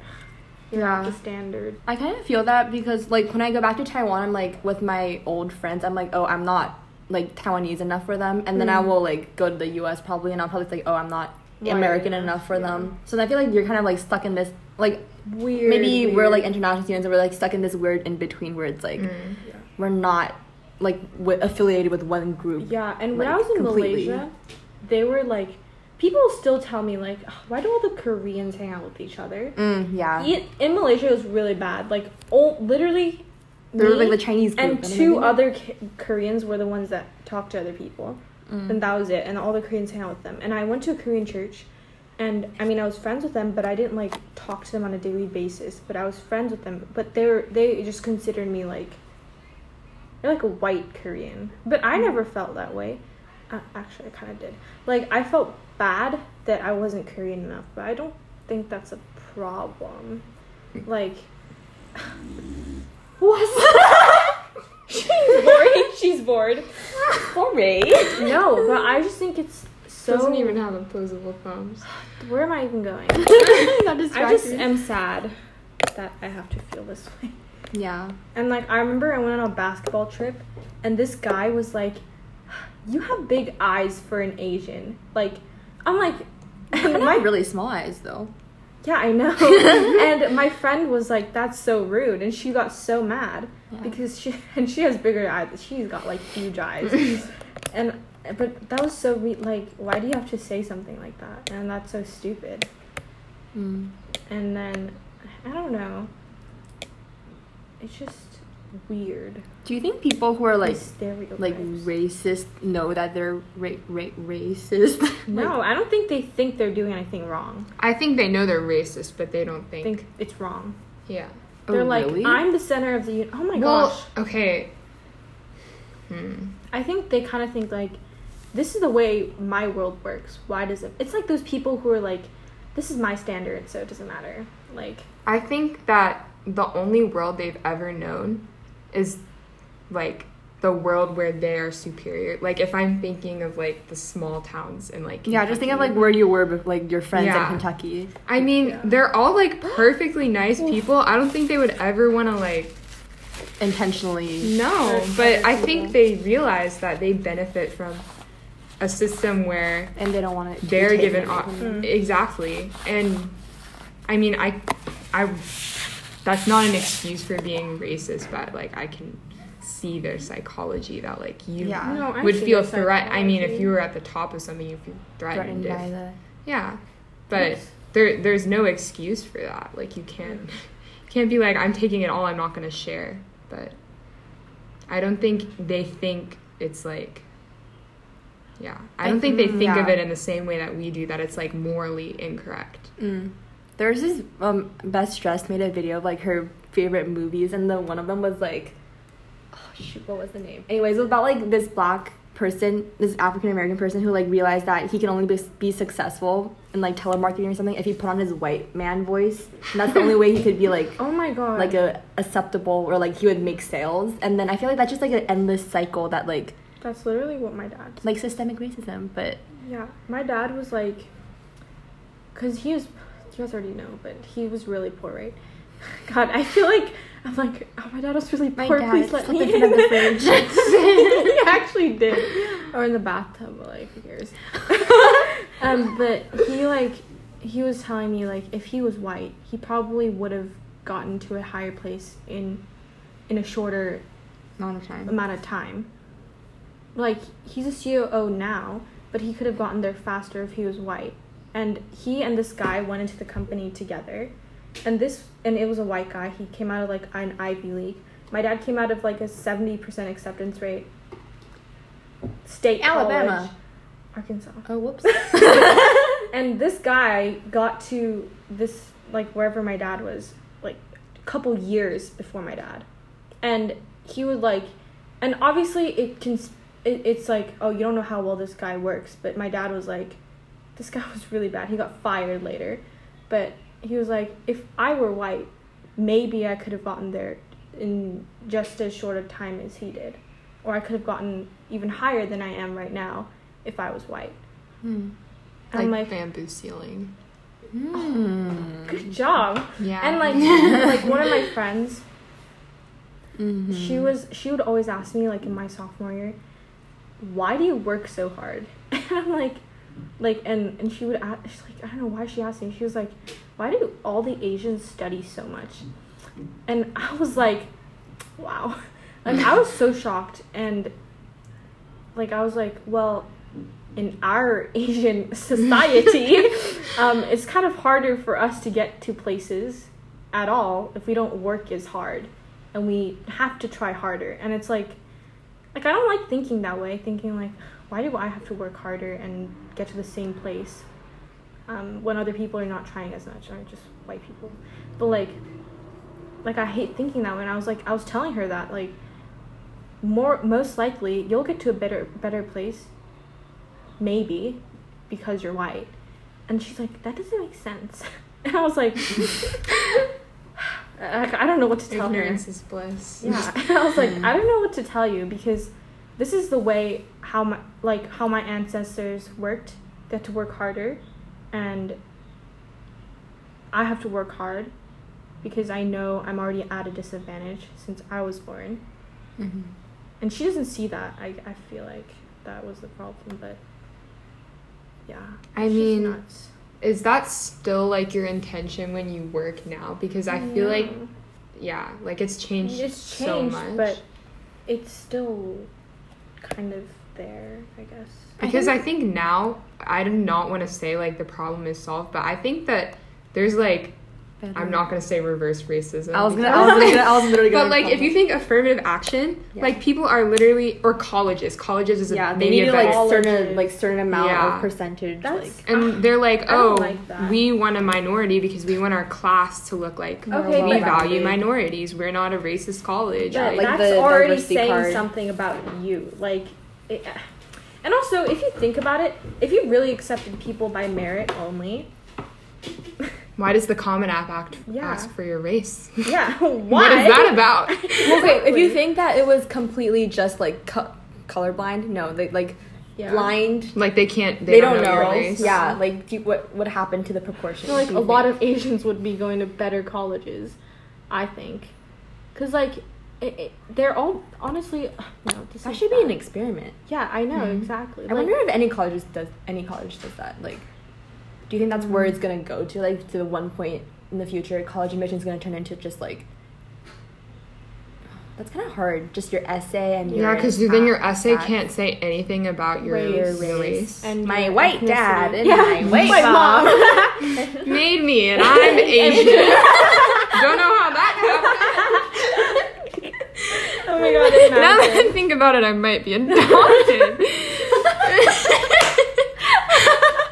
Speaker 3: Yeah.
Speaker 1: the standard.
Speaker 2: I kind of feel that because like when I go back to Taiwan, I'm like with my old friends. I'm like, oh, I'm not like Taiwanese enough for them, and then I will like go to the U.S. probably, and I'll probably like, oh, I'm not
Speaker 1: Mm. Right,
Speaker 2: American
Speaker 1: yeah,
Speaker 2: enough for
Speaker 1: yeah.
Speaker 2: them. So then I feel like you're kind of like stuck in this like
Speaker 1: Weird.
Speaker 2: maybe we're
Speaker 1: weird. Mm.
Speaker 2: like international students and we're like stuck in this weird in between where it's like we're not like w- affiliated with one group.
Speaker 1: Yeah, and when I
Speaker 2: like,
Speaker 1: was in
Speaker 2: completely.
Speaker 1: Malaysia, they were like, people still tell me like, "Ugh, why do all the Koreans hang out with each other?
Speaker 2: Mm, yeah.
Speaker 1: In, in Malaysia, it was really bad. Like, all literally,
Speaker 2: They're
Speaker 1: me
Speaker 2: like the Chinese group.
Speaker 1: and
Speaker 2: I don't
Speaker 1: two
Speaker 2: know.
Speaker 1: other K- Koreans were the ones that talked to other people,
Speaker 2: Mm.
Speaker 1: and that was it. And all the Koreans hang out with them. And I went to a Korean church, and I mean, I was friends with them, but I didn't like talk to them on a daily basis. But I was friends with them. But they were they just considered me like you're like a white Korean. But I never felt that way. Uh, actually, I kind of did. Like, I felt bad that I wasn't Korean enough, but I don't think that's a problem. Like, what? she's bored. She's bored.
Speaker 2: Sorry.
Speaker 1: No, but I just think it's so.
Speaker 3: Doesn't even have opposable thumbs.
Speaker 1: Where am I even going?
Speaker 2: Got
Speaker 1: I just
Speaker 2: distracted.
Speaker 1: am sad that I have to feel this way.
Speaker 2: yeah.
Speaker 1: And like I remember I went on a basketball trip and this guy was like, You have big eyes for an Asian. Like I'm like and
Speaker 2: My
Speaker 1: my
Speaker 2: really small eyes though.
Speaker 1: Yeah, I know. and my friend was like, That's so rude and she got so mad
Speaker 2: Yeah.
Speaker 1: because she and she has bigger eyes she's got like huge eyes. and but that was so weird like why do you have to say something like that? And that's so stupid.
Speaker 2: Mm.
Speaker 1: And then I don't know. It's just weird.
Speaker 4: Do you think people who are like
Speaker 1: These stereotypes.
Speaker 4: like racist know that they're ra- ra- racist?
Speaker 1: no, I don't think they think they're doing anything wrong.
Speaker 3: I think they know they're racist, but they don't
Speaker 1: I
Speaker 3: think.
Speaker 1: think it's wrong.
Speaker 3: Yeah.
Speaker 4: Oh,
Speaker 1: They're like,
Speaker 4: really?
Speaker 1: I'm the center of the. Uni- oh my
Speaker 3: well,
Speaker 1: gosh.
Speaker 3: okay. Hmm.
Speaker 1: I think they kind of think like, this is the way my world works. Why does it? It's like those people who are like, this is my standard, so it doesn't matter. Like,
Speaker 3: I think that the only world they've ever known is like the world where they are superior. Like if I'm thinking of like the small towns and like
Speaker 4: Yeah, just think of like
Speaker 3: Kentucky.
Speaker 4: where you were with like your friends
Speaker 3: Yeah.
Speaker 4: in Kentucky.
Speaker 3: I mean,
Speaker 1: Yeah.
Speaker 3: they're all like perfectly nice people. I don't think they would ever want to like
Speaker 4: Intentionally.
Speaker 3: no,
Speaker 1: Hurt
Speaker 3: but
Speaker 1: other
Speaker 3: I
Speaker 1: people.
Speaker 3: think they realize that they benefit from a system where
Speaker 4: And they Mm-hmm. don't want to
Speaker 3: they're given op- exactly and i mean i i that's not an excuse for being racist but like i can see their psychology that like you
Speaker 4: Yeah.
Speaker 1: no, I
Speaker 3: would
Speaker 1: see
Speaker 3: feel
Speaker 1: their
Speaker 3: threat i mean if
Speaker 1: psychology.
Speaker 3: you were at the top of something you'd feel threatened,
Speaker 4: threatened
Speaker 3: if-
Speaker 4: by the
Speaker 3: yeah but there there's no excuse for that like you can't can't be like i'm taking it all i'm not going to share but i don't think they think it's like yeah i don't think they
Speaker 4: Mm,
Speaker 3: think of
Speaker 4: yeah.
Speaker 3: it in the same way that we do that it's like morally incorrect
Speaker 4: Mm. There's this um best dressed made a video of like her favorite movies, and the one of them was like, oh shoot, what was the name? Anyways, it was about like this black person, this African American person who like realized that he can only be, be successful in like telemarketing or something if he put on his white man voice. And that's the only way he could be like
Speaker 1: Oh my god.
Speaker 4: like a acceptable or like he would make sales. And then I feel like that's just like an endless cycle that like
Speaker 1: That's literally what my dad.
Speaker 4: like systemic racism, but
Speaker 1: Yeah, my dad was like, cause he was, you guys already know, but he was really poor, right? God, I feel like I'm like, oh, my dad was really
Speaker 4: My
Speaker 1: poor.
Speaker 4: dad
Speaker 1: Please let
Speaker 4: slept
Speaker 1: me
Speaker 4: in front of the fridge.
Speaker 1: he actually did, or in the bathtub. Well, like, who cares? um, but he like, he was telling me like, if he was white, he probably would have gotten to a higher place in, in a shorter
Speaker 4: not a time.
Speaker 1: amount of time. Like he's a COO now, but he could have gotten there faster if he was white. And he and this guy went into the company together, and this and it was a white guy. He came out of like an Ivy League. My dad came out of like a seventy percent acceptance rate. State
Speaker 4: Alabama.
Speaker 1: college, Arkansas.
Speaker 4: Oh whoops.
Speaker 1: And this guy got to this like wherever my dad was like a couple years before my dad, and he would like, and obviously it can, s- it, it's like oh you don't know how well this guy works, but my dad was like, this guy was really bad. He got fired later, but he was like if I were white, maybe I could have gotten there in just as short a time as he did, or I could have gotten even higher than I am right now if I was white.
Speaker 4: Hmm.
Speaker 1: And I'm like,
Speaker 3: bamboo ceiling
Speaker 4: Hmm.
Speaker 1: good job.
Speaker 3: yeah
Speaker 1: And like like one of my friends,
Speaker 4: Mhm.
Speaker 1: she was she would always ask me like in my sophomore year, why do you work so hard? And I'm like, like and and she would ask she's like I don't know why she asked me. She was like, why do all the Asians study so much? And I was like, wow, like I was so shocked and like I was like, well, in our Asian society, um, it's kind of harder for us to get to places at all if we don't work as hard and we have to try harder. And it's like, like I don't like thinking that way. Thinking like, why do I have to work harder and get to the same place um, when other people are not trying as much? Or just white people, but like, like I hate thinking that. When I was like, I was telling her that like, more most likely you'll get to a better better place, maybe, because you're white. And she's like, that doesn't make sense. And I was like, I I don't know what to tell her.
Speaker 3: ignorance is bliss
Speaker 1: Yeah, I was like, I don't know what to tell you because this is the way how my like how my ancestors worked. They had to work harder, and I have to work hard because I know I'm already at a disadvantage since I was born.
Speaker 3: Mm-hmm.
Speaker 4: Mhm.
Speaker 1: And she doesn't see that. I I feel like that was the problem, but yeah,
Speaker 3: I
Speaker 1: it's just
Speaker 3: mean,
Speaker 1: nuts.
Speaker 3: is that still like your intention when you work now because i feel like
Speaker 1: No.
Speaker 3: yeah like it's changed
Speaker 1: it's changed,
Speaker 3: so much
Speaker 1: but it's still kind of there, I guess.
Speaker 3: Because I think, now I do not want to say like the problem is solved, but I think that there's like I'm not gonna say reverse racism.
Speaker 4: I was gonna.
Speaker 3: because-
Speaker 4: I was, gonna, I was literally gonna.
Speaker 3: but like, if you think affirmative action,
Speaker 4: Yeah.
Speaker 3: like people are literally or colleges, colleges is
Speaker 4: yeah,
Speaker 3: a,
Speaker 4: they
Speaker 3: maybe
Speaker 4: need
Speaker 3: a
Speaker 4: to, like
Speaker 3: better-
Speaker 4: certain like certain amount
Speaker 3: Yeah.
Speaker 4: of percentage.
Speaker 1: That's-
Speaker 4: like
Speaker 3: and they're like,
Speaker 1: I
Speaker 3: oh,
Speaker 1: don't like that.
Speaker 3: we want a minority because we want our class to look like
Speaker 4: more
Speaker 1: Okay,
Speaker 3: we
Speaker 1: but-
Speaker 3: value
Speaker 4: well-rounded.
Speaker 3: minorities. We're not a racist college.
Speaker 1: But
Speaker 3: like-
Speaker 4: like
Speaker 1: that's
Speaker 4: the
Speaker 1: already
Speaker 4: diversity
Speaker 1: saying
Speaker 4: card.
Speaker 1: something about you. Like, it, and also, if you think about it, if you really accepted people by merit only,
Speaker 3: why does the Common App Act
Speaker 1: Yeah.
Speaker 3: ask for your race?
Speaker 1: yeah, why?
Speaker 3: What is that about?
Speaker 4: okay, if you
Speaker 1: Exactly.
Speaker 4: think that it was completely just like co- colorblind, no, they like
Speaker 1: Yeah.
Speaker 4: blind.
Speaker 3: like they can't. They,
Speaker 4: They, don't,
Speaker 3: your
Speaker 4: know.
Speaker 3: race.
Speaker 4: Yeah, like do you, what what happened to the
Speaker 1: I
Speaker 4: proportions?
Speaker 1: feel like
Speaker 4: do
Speaker 1: a
Speaker 4: you
Speaker 1: lot
Speaker 4: think?
Speaker 1: of Asians would be going to better colleges, I think, because like it, it, they're all honestly. No, this
Speaker 4: that
Speaker 1: is
Speaker 4: should be an
Speaker 1: bad.
Speaker 4: experiment.
Speaker 1: Yeah, Mm-hmm. I know exactly.
Speaker 4: I
Speaker 1: Like,
Speaker 4: wonder if any colleges does any college does that. Like, do you think that's where it's gonna go to? Like, to the one point in the future, college admission is gonna turn into just like. That's kind of hard. Just your essay and your
Speaker 3: Yeah, because then your
Speaker 4: act-
Speaker 3: essay
Speaker 4: act-
Speaker 3: can't say anything about your
Speaker 4: Race.
Speaker 3: race. race.
Speaker 1: and
Speaker 4: My
Speaker 1: your
Speaker 4: white
Speaker 1: ethnicity.
Speaker 4: dad and
Speaker 1: Yeah,
Speaker 4: my white
Speaker 1: my
Speaker 4: mom.
Speaker 1: mom.
Speaker 3: Made me, and I'm Asian. Don't know how that
Speaker 1: oh my god, it's
Speaker 3: happened. Now
Speaker 1: massive.
Speaker 3: that I think about it, I might be adopted.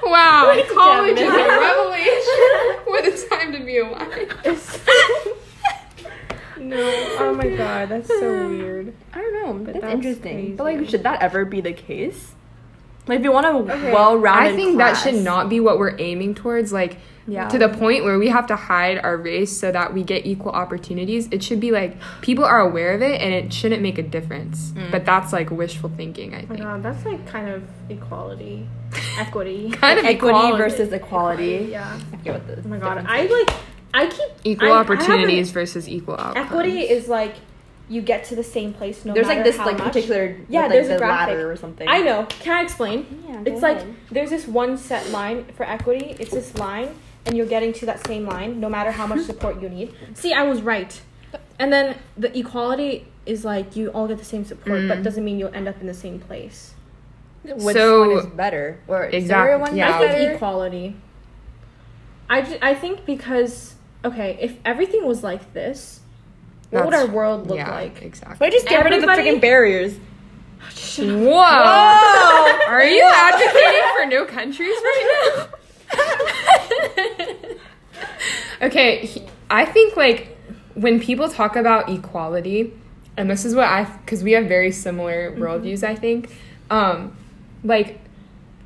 Speaker 3: wow, college is a revelation. What a time to be alive.
Speaker 1: No, oh my god, that's so weird.
Speaker 4: I don't know, but that's,
Speaker 1: that's
Speaker 4: interesting. But
Speaker 1: crazy.
Speaker 4: like, should that ever be the case? Like, if you want a
Speaker 1: Okay.
Speaker 4: well-rounded,
Speaker 3: I think
Speaker 4: class,
Speaker 3: that should not be what we're aiming towards. Like,
Speaker 4: Yeah.
Speaker 3: to the point where we have to hide our race so that we get equal opportunities. It should be like people are aware of it and it shouldn't make a difference.
Speaker 1: Mm.
Speaker 3: But that's like wishful thinking, I
Speaker 1: Oh my
Speaker 3: think.
Speaker 1: god, that's like kind of equality, equity.
Speaker 3: Kind of
Speaker 4: equity
Speaker 3: equality
Speaker 4: versus equality.
Speaker 1: Yeah.
Speaker 4: I forget what the
Speaker 1: Oh my god,
Speaker 4: difference
Speaker 1: I
Speaker 4: is.
Speaker 1: like, I keep
Speaker 3: equal
Speaker 1: I- I have
Speaker 3: opportunities versus equal outcomes.
Speaker 1: Equity is like you get to the same place no
Speaker 4: there's
Speaker 1: matter
Speaker 4: like this
Speaker 1: how
Speaker 4: like
Speaker 1: much.
Speaker 4: particular
Speaker 1: Yeah,
Speaker 4: like,
Speaker 1: there's a
Speaker 4: the
Speaker 1: graphic.
Speaker 4: ladder or something.
Speaker 1: I know. Can I explain?
Speaker 4: Yeah, go
Speaker 1: it's like
Speaker 4: ahead.
Speaker 1: there's this one set line for equity. It's this line, and you're getting to that same line no matter how much support you need. See, I was right. And then the equality is like you all get the same support, but doesn't mean you'll end up in the same place.
Speaker 4: Which
Speaker 3: So-
Speaker 4: one is better? Or is
Speaker 3: Exactly,
Speaker 4: there one
Speaker 3: yeah.
Speaker 1: I
Speaker 4: that's
Speaker 1: think
Speaker 4: better?
Speaker 1: equality. I, ju- I think because okay, if everything was like this, what would our
Speaker 3: That's-
Speaker 1: world look
Speaker 3: yeah,
Speaker 1: like?
Speaker 3: Exactly.
Speaker 4: just
Speaker 1: get rid of the Everybody- freaking
Speaker 4: barriers.
Speaker 3: Whoa! Oh, Are you advocating for no countries right now? okay, he- I think like when people talk about equality, and this is what I because we have very similar
Speaker 2: Mm-hmm.
Speaker 3: worldviews. I think, um, like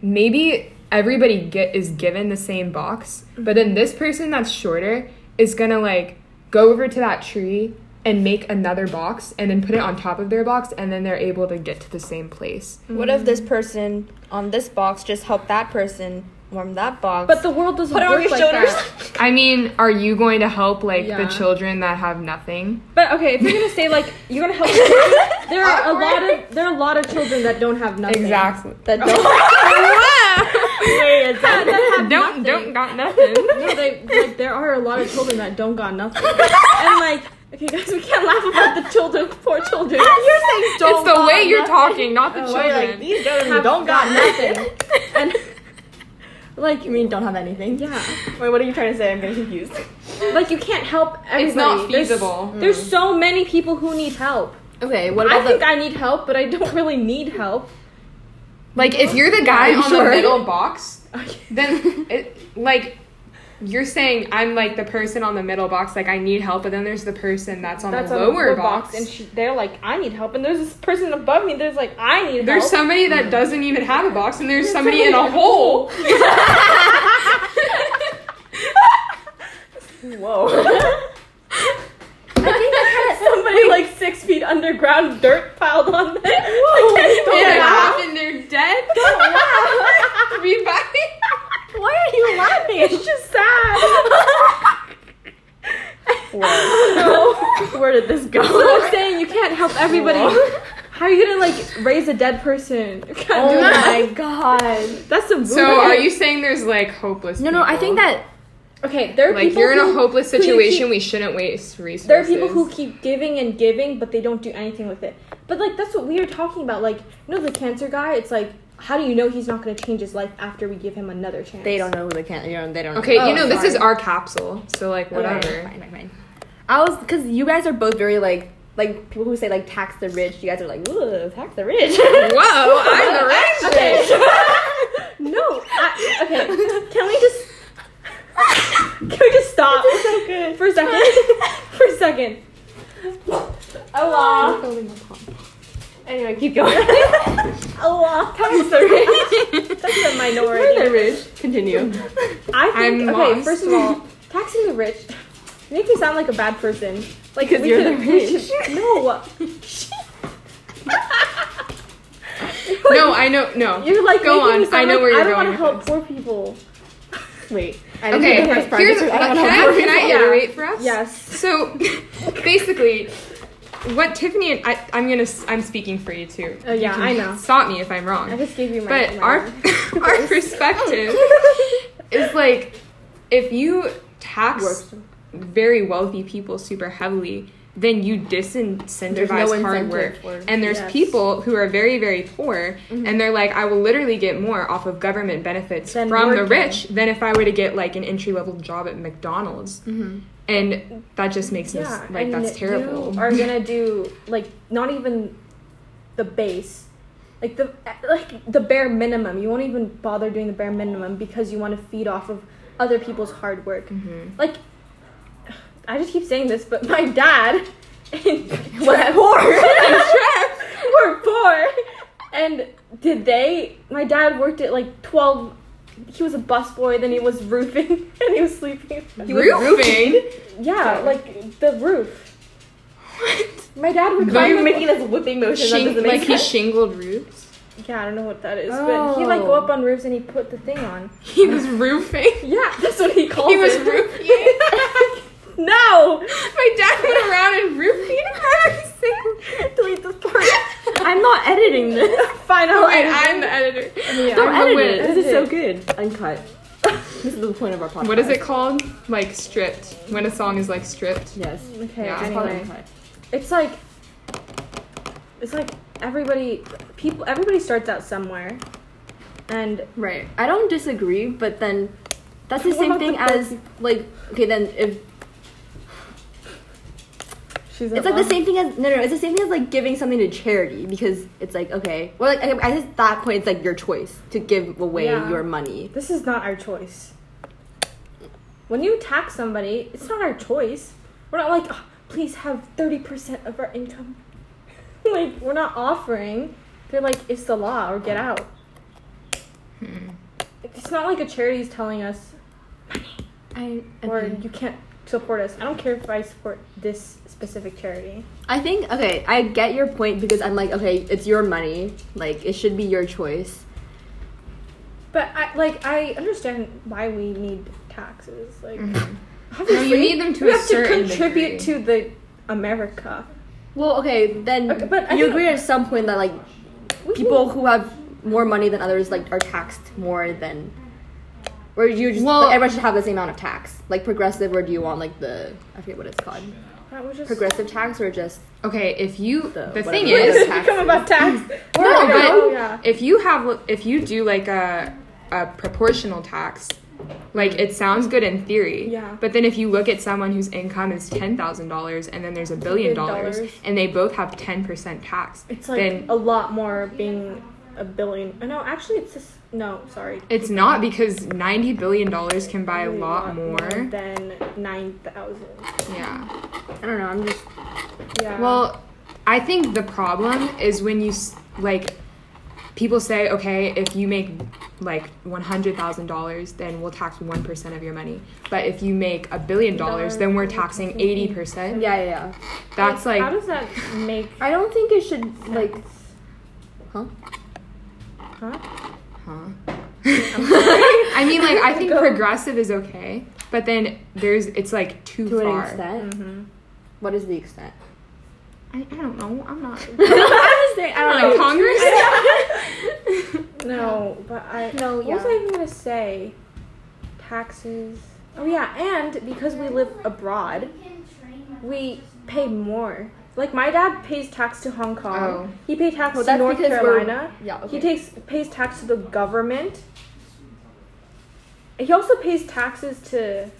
Speaker 3: maybe everybody get is given the same box, but then this person that's shorter is gonna like go over to that tree and make another box and then put it on top of their box and then they're able to get to the same place.
Speaker 2: What
Speaker 1: Mm-hmm.
Speaker 2: if this person on this box just helped that person warm that box?
Speaker 1: But the world doesn't
Speaker 2: Put it on
Speaker 1: work
Speaker 2: your
Speaker 1: like
Speaker 2: shoulders.
Speaker 1: that.
Speaker 3: I mean, are you going to help like
Speaker 1: Yeah.
Speaker 3: the children that have nothing?
Speaker 1: But okay, if you're gonna say like you're gonna help, children, there are a lot of there are a lot of children that don't have nothing.
Speaker 3: Exactly.
Speaker 2: that don't-
Speaker 1: That- that have nothing.
Speaker 3: Don't don't got nothing.
Speaker 1: No, they like there are a lot of children that don't got nothing. and like, okay, guys, we can't laugh about the children, poor children. You're saying
Speaker 3: it's the way you're talking, not the
Speaker 1: Oh, we're
Speaker 3: children.
Speaker 1: like,
Speaker 4: These don't,
Speaker 1: have
Speaker 4: don't got nothing.
Speaker 1: and like
Speaker 4: you mean don't have anything?
Speaker 1: yeah,
Speaker 4: Wait, what are you trying to say? I'm getting confused.
Speaker 1: like you can't help everybody.
Speaker 3: It's not
Speaker 1: There's-
Speaker 3: feasible.
Speaker 1: There's, so many people who need help.
Speaker 4: Okay, Mm. what
Speaker 1: I
Speaker 4: about
Speaker 1: think
Speaker 4: the?
Speaker 1: I need help, but I don't really need help.
Speaker 3: Like if you're the guy
Speaker 4: I'm
Speaker 3: on the
Speaker 4: sure.
Speaker 3: middle box, then it, like you're saying I'm like the person on the middle box, like I need help, but then there's the person that's on
Speaker 1: That's
Speaker 3: the
Speaker 1: on the
Speaker 3: lower box.
Speaker 1: box, and she, they're like, I need help, and there's this person above me. There's like, I need
Speaker 3: there's
Speaker 1: help.
Speaker 3: somebody that
Speaker 1: Hmm.
Speaker 3: doesn't even have a box, and there's somebody in a hole.
Speaker 4: Whoa.
Speaker 1: somebody like six feet underground, dirt piled on them.
Speaker 3: They're
Speaker 1: Whoa,
Speaker 3: half and they're dead. Revive.
Speaker 1: Why are you laughing? It's just sad.
Speaker 4: Where did this go?
Speaker 1: What I'm saying, you can't help everybody. How are you gonna like raise a dead person? You can't do
Speaker 4: Oh
Speaker 1: that.
Speaker 4: my god.
Speaker 1: That's some.
Speaker 3: So are you saying there's like hopeless?
Speaker 4: No, no. I
Speaker 3: people?
Speaker 4: think that
Speaker 1: okay? There are
Speaker 3: like
Speaker 1: people
Speaker 3: you're in a
Speaker 1: who-
Speaker 3: hopeless
Speaker 1: who you
Speaker 3: situation.
Speaker 1: keep-
Speaker 3: we shouldn't waste resources.
Speaker 1: there are people who keep giving and giving, but they don't do anything with it. But like that's what we were talking about. Like, you know, the cancer guy. It's like how do you know he's not going to change his life after we give him another chance?
Speaker 4: They don't know who the can. You know, they don't.
Speaker 3: Okay,
Speaker 4: know.
Speaker 3: you know this is
Speaker 2: Oh, sorry.
Speaker 3: our capsule, so like whatever.
Speaker 4: Fine, fine, fine.
Speaker 2: I was because you guys are both very like like people who say like tax the rich. You guys are like Ooh, tax the rich.
Speaker 3: Whoa, I'm the rich.
Speaker 1: Okay. no. I, okay. Can we just? Can we just stop? so good. For a second. For a second. Allah.
Speaker 2: anyway, keep going.
Speaker 1: Allah. Tax the rich. That's the minority.
Speaker 2: the rich. Continue.
Speaker 1: I think
Speaker 3: I'm
Speaker 1: okay.
Speaker 3: lost.
Speaker 1: First of all, taxing the rich you make me sound like a bad person. Like
Speaker 4: Because
Speaker 1: we
Speaker 4: you're
Speaker 1: could-
Speaker 4: the
Speaker 1: we should- no.
Speaker 3: No, I know. No.
Speaker 1: You're like
Speaker 3: Go
Speaker 1: making me
Speaker 3: on,
Speaker 1: sound
Speaker 3: I know
Speaker 1: like
Speaker 3: where you're
Speaker 1: I don't
Speaker 3: going
Speaker 1: want to
Speaker 3: with
Speaker 1: help poor people.
Speaker 2: Wait. I didn't
Speaker 3: Okay.
Speaker 2: hear the first part.
Speaker 3: Here's,
Speaker 2: I don't
Speaker 3: can,
Speaker 2: know.
Speaker 3: I, can I
Speaker 1: Yeah.
Speaker 3: iterate for us?
Speaker 1: Yes.
Speaker 3: So, basically, what Tiffany and I, I'm gonna s- I'm speaking for you too.
Speaker 1: Oh yeah, I know.
Speaker 3: Stop me if I'm wrong.
Speaker 1: I just gave you my. my
Speaker 3: but
Speaker 1: Oh.
Speaker 3: our our perspective is like if you tax very wealthy people super heavily then you
Speaker 2: There's no
Speaker 3: disincentivize hard
Speaker 2: incentive
Speaker 3: work
Speaker 2: for it.
Speaker 3: and there's
Speaker 1: Yes.
Speaker 3: people who are very very poor and they're like i will literally get more off of government benefits
Speaker 1: Than
Speaker 3: from the
Speaker 1: working.
Speaker 3: rich than if i were to get like an entry level job at mcdonald's and that just makes us
Speaker 1: yeah,
Speaker 3: like
Speaker 1: and
Speaker 3: that's terrible
Speaker 1: You are gonna do like not even the base, like the like the bare minimum. You won't even bother doing the bare minimum because you want to feed off of other people's hard work.
Speaker 3: Mm-hmm.
Speaker 1: Like, I just keep saying this, but my dad was poor. were poor, and did they? My dad worked at like twelve. He was a busboy, then he was roofing, and he was sleeping.
Speaker 3: he was roofing
Speaker 1: Yeah, like the roof. My dad would
Speaker 3: But
Speaker 1: climb
Speaker 3: you're
Speaker 1: the-
Speaker 2: making this whipping motion. that
Speaker 3: Shing-
Speaker 2: doesn't
Speaker 3: like
Speaker 2: make
Speaker 3: he
Speaker 2: sense.
Speaker 3: shingled roofs
Speaker 1: Yeah, I don't know what that is, but he like go up on roofs and he put the thing on.
Speaker 3: he was roofing
Speaker 1: Yeah, that's what he calls
Speaker 3: He was
Speaker 1: it.
Speaker 3: roofing.
Speaker 1: no.
Speaker 3: My dad went around and roofing everything.
Speaker 1: Delete this part. I'm not editing this. Fine, I'll
Speaker 3: Oh, and
Speaker 1: edit
Speaker 3: I'm the editor.
Speaker 1: it. Yeah.
Speaker 3: I'm the witch.
Speaker 4: This is so
Speaker 1: Edit.
Speaker 4: good. Uncut. this is the point of our podcast.
Speaker 3: What is it called? Like stripped. When a song is like stripped.
Speaker 4: Yes.
Speaker 1: Okay,
Speaker 3: Yeah.
Speaker 4: It's called
Speaker 1: anyway,
Speaker 4: uncut.
Speaker 1: it's like it's like everybody, people, everybody starts out somewhere, and
Speaker 4: Right. I don't disagree, but then that's the
Speaker 1: What
Speaker 4: same
Speaker 1: about
Speaker 4: thing
Speaker 1: the
Speaker 4: as like okay, then if
Speaker 1: she's
Speaker 4: it's like the same thing as no, no, no, it's the same thing as like giving something to charity because it's like okay, well, like I- I guess at that point it's like your choice to give away
Speaker 1: Yeah.
Speaker 4: your money.
Speaker 1: This is not our choice. When you tax somebody, it's not our choice. We're not like, "Oh, please have 30% of our income. like, we're not offering. They're like, it's the law or get out.
Speaker 4: Hmm.
Speaker 1: It's not like a charity is telling us,
Speaker 4: I
Speaker 1: or you can't support us. I don't care if I support this specific charity.
Speaker 4: I think okay, I get your point because I'm like okay, it's your money, like it should be your choice.
Speaker 1: But I like I understand why we need taxes. Like
Speaker 3: No, you need them to
Speaker 1: we
Speaker 3: a
Speaker 1: have to
Speaker 3: certain
Speaker 1: contribute
Speaker 3: degree.
Speaker 1: to the America.
Speaker 4: Well, okay, then
Speaker 1: Okay, but I
Speaker 4: you
Speaker 1: think-
Speaker 4: agree at some point that like
Speaker 1: We
Speaker 4: people who have more money than others like are taxed more than or you just
Speaker 3: Well-
Speaker 4: like, everyone should have the same amount of tax like progressive or do you want like the i forget what it's called
Speaker 1: That was just
Speaker 4: progressive tax or just
Speaker 3: Okay, if you
Speaker 4: The-
Speaker 3: the
Speaker 4: whatever
Speaker 3: thing
Speaker 4: it
Speaker 3: is
Speaker 4: is.
Speaker 1: become about tax.
Speaker 3: No,
Speaker 1: Or-
Speaker 3: but
Speaker 1: oh, yeah.
Speaker 3: if you have if you do like a a proportional tax, like it sounds good in theory.
Speaker 1: Yeah.
Speaker 3: But then if you look at someone whose income is ten thousand dollars and then there's a billion
Speaker 1: Billion dollars.
Speaker 3: dollars and they both have ten percent tax,
Speaker 1: It's like
Speaker 3: then
Speaker 1: a lot more being a billion. No, actually, it's just no. Sorry,
Speaker 3: it's not because ninety billion dollars can buy a lot more.
Speaker 1: than nine thousand.
Speaker 3: Yeah.
Speaker 4: i don't know i'm just
Speaker 1: Yeah.
Speaker 3: Well, I think the problem is when you s- like people say, okay, if you make like one hundred thousand dollars, then we'll tax one percent of your money. But if you make a billion dollars, then we're taxing eighty percent.
Speaker 4: yeah yeah yeah
Speaker 3: That's
Speaker 1: how
Speaker 3: like
Speaker 1: does that make
Speaker 4: i don't think it should like huh
Speaker 1: huh?
Speaker 3: huh. I mean, like I think progressive is okay, but then there's it's like too
Speaker 4: to an
Speaker 3: far.
Speaker 4: extent
Speaker 1: Mhm.
Speaker 4: what is the extent
Speaker 3: I, I don't know. I'm not.
Speaker 4: i'm just saying i don't
Speaker 3: Like Congress.
Speaker 1: No, but I.
Speaker 4: No,
Speaker 1: What was
Speaker 4: yeah.
Speaker 1: I even gonna say? Taxes. Oh yeah, and because we live abroad, we pay more Like my dad pays tax to Hong Kong.
Speaker 3: Oh.
Speaker 1: He pays tax
Speaker 2: Well,
Speaker 1: to
Speaker 2: that's
Speaker 1: North
Speaker 2: because we're-
Speaker 1: Carolina.
Speaker 2: Yeah. Okay.
Speaker 1: He takes pays tax to the government. He also pays taxes to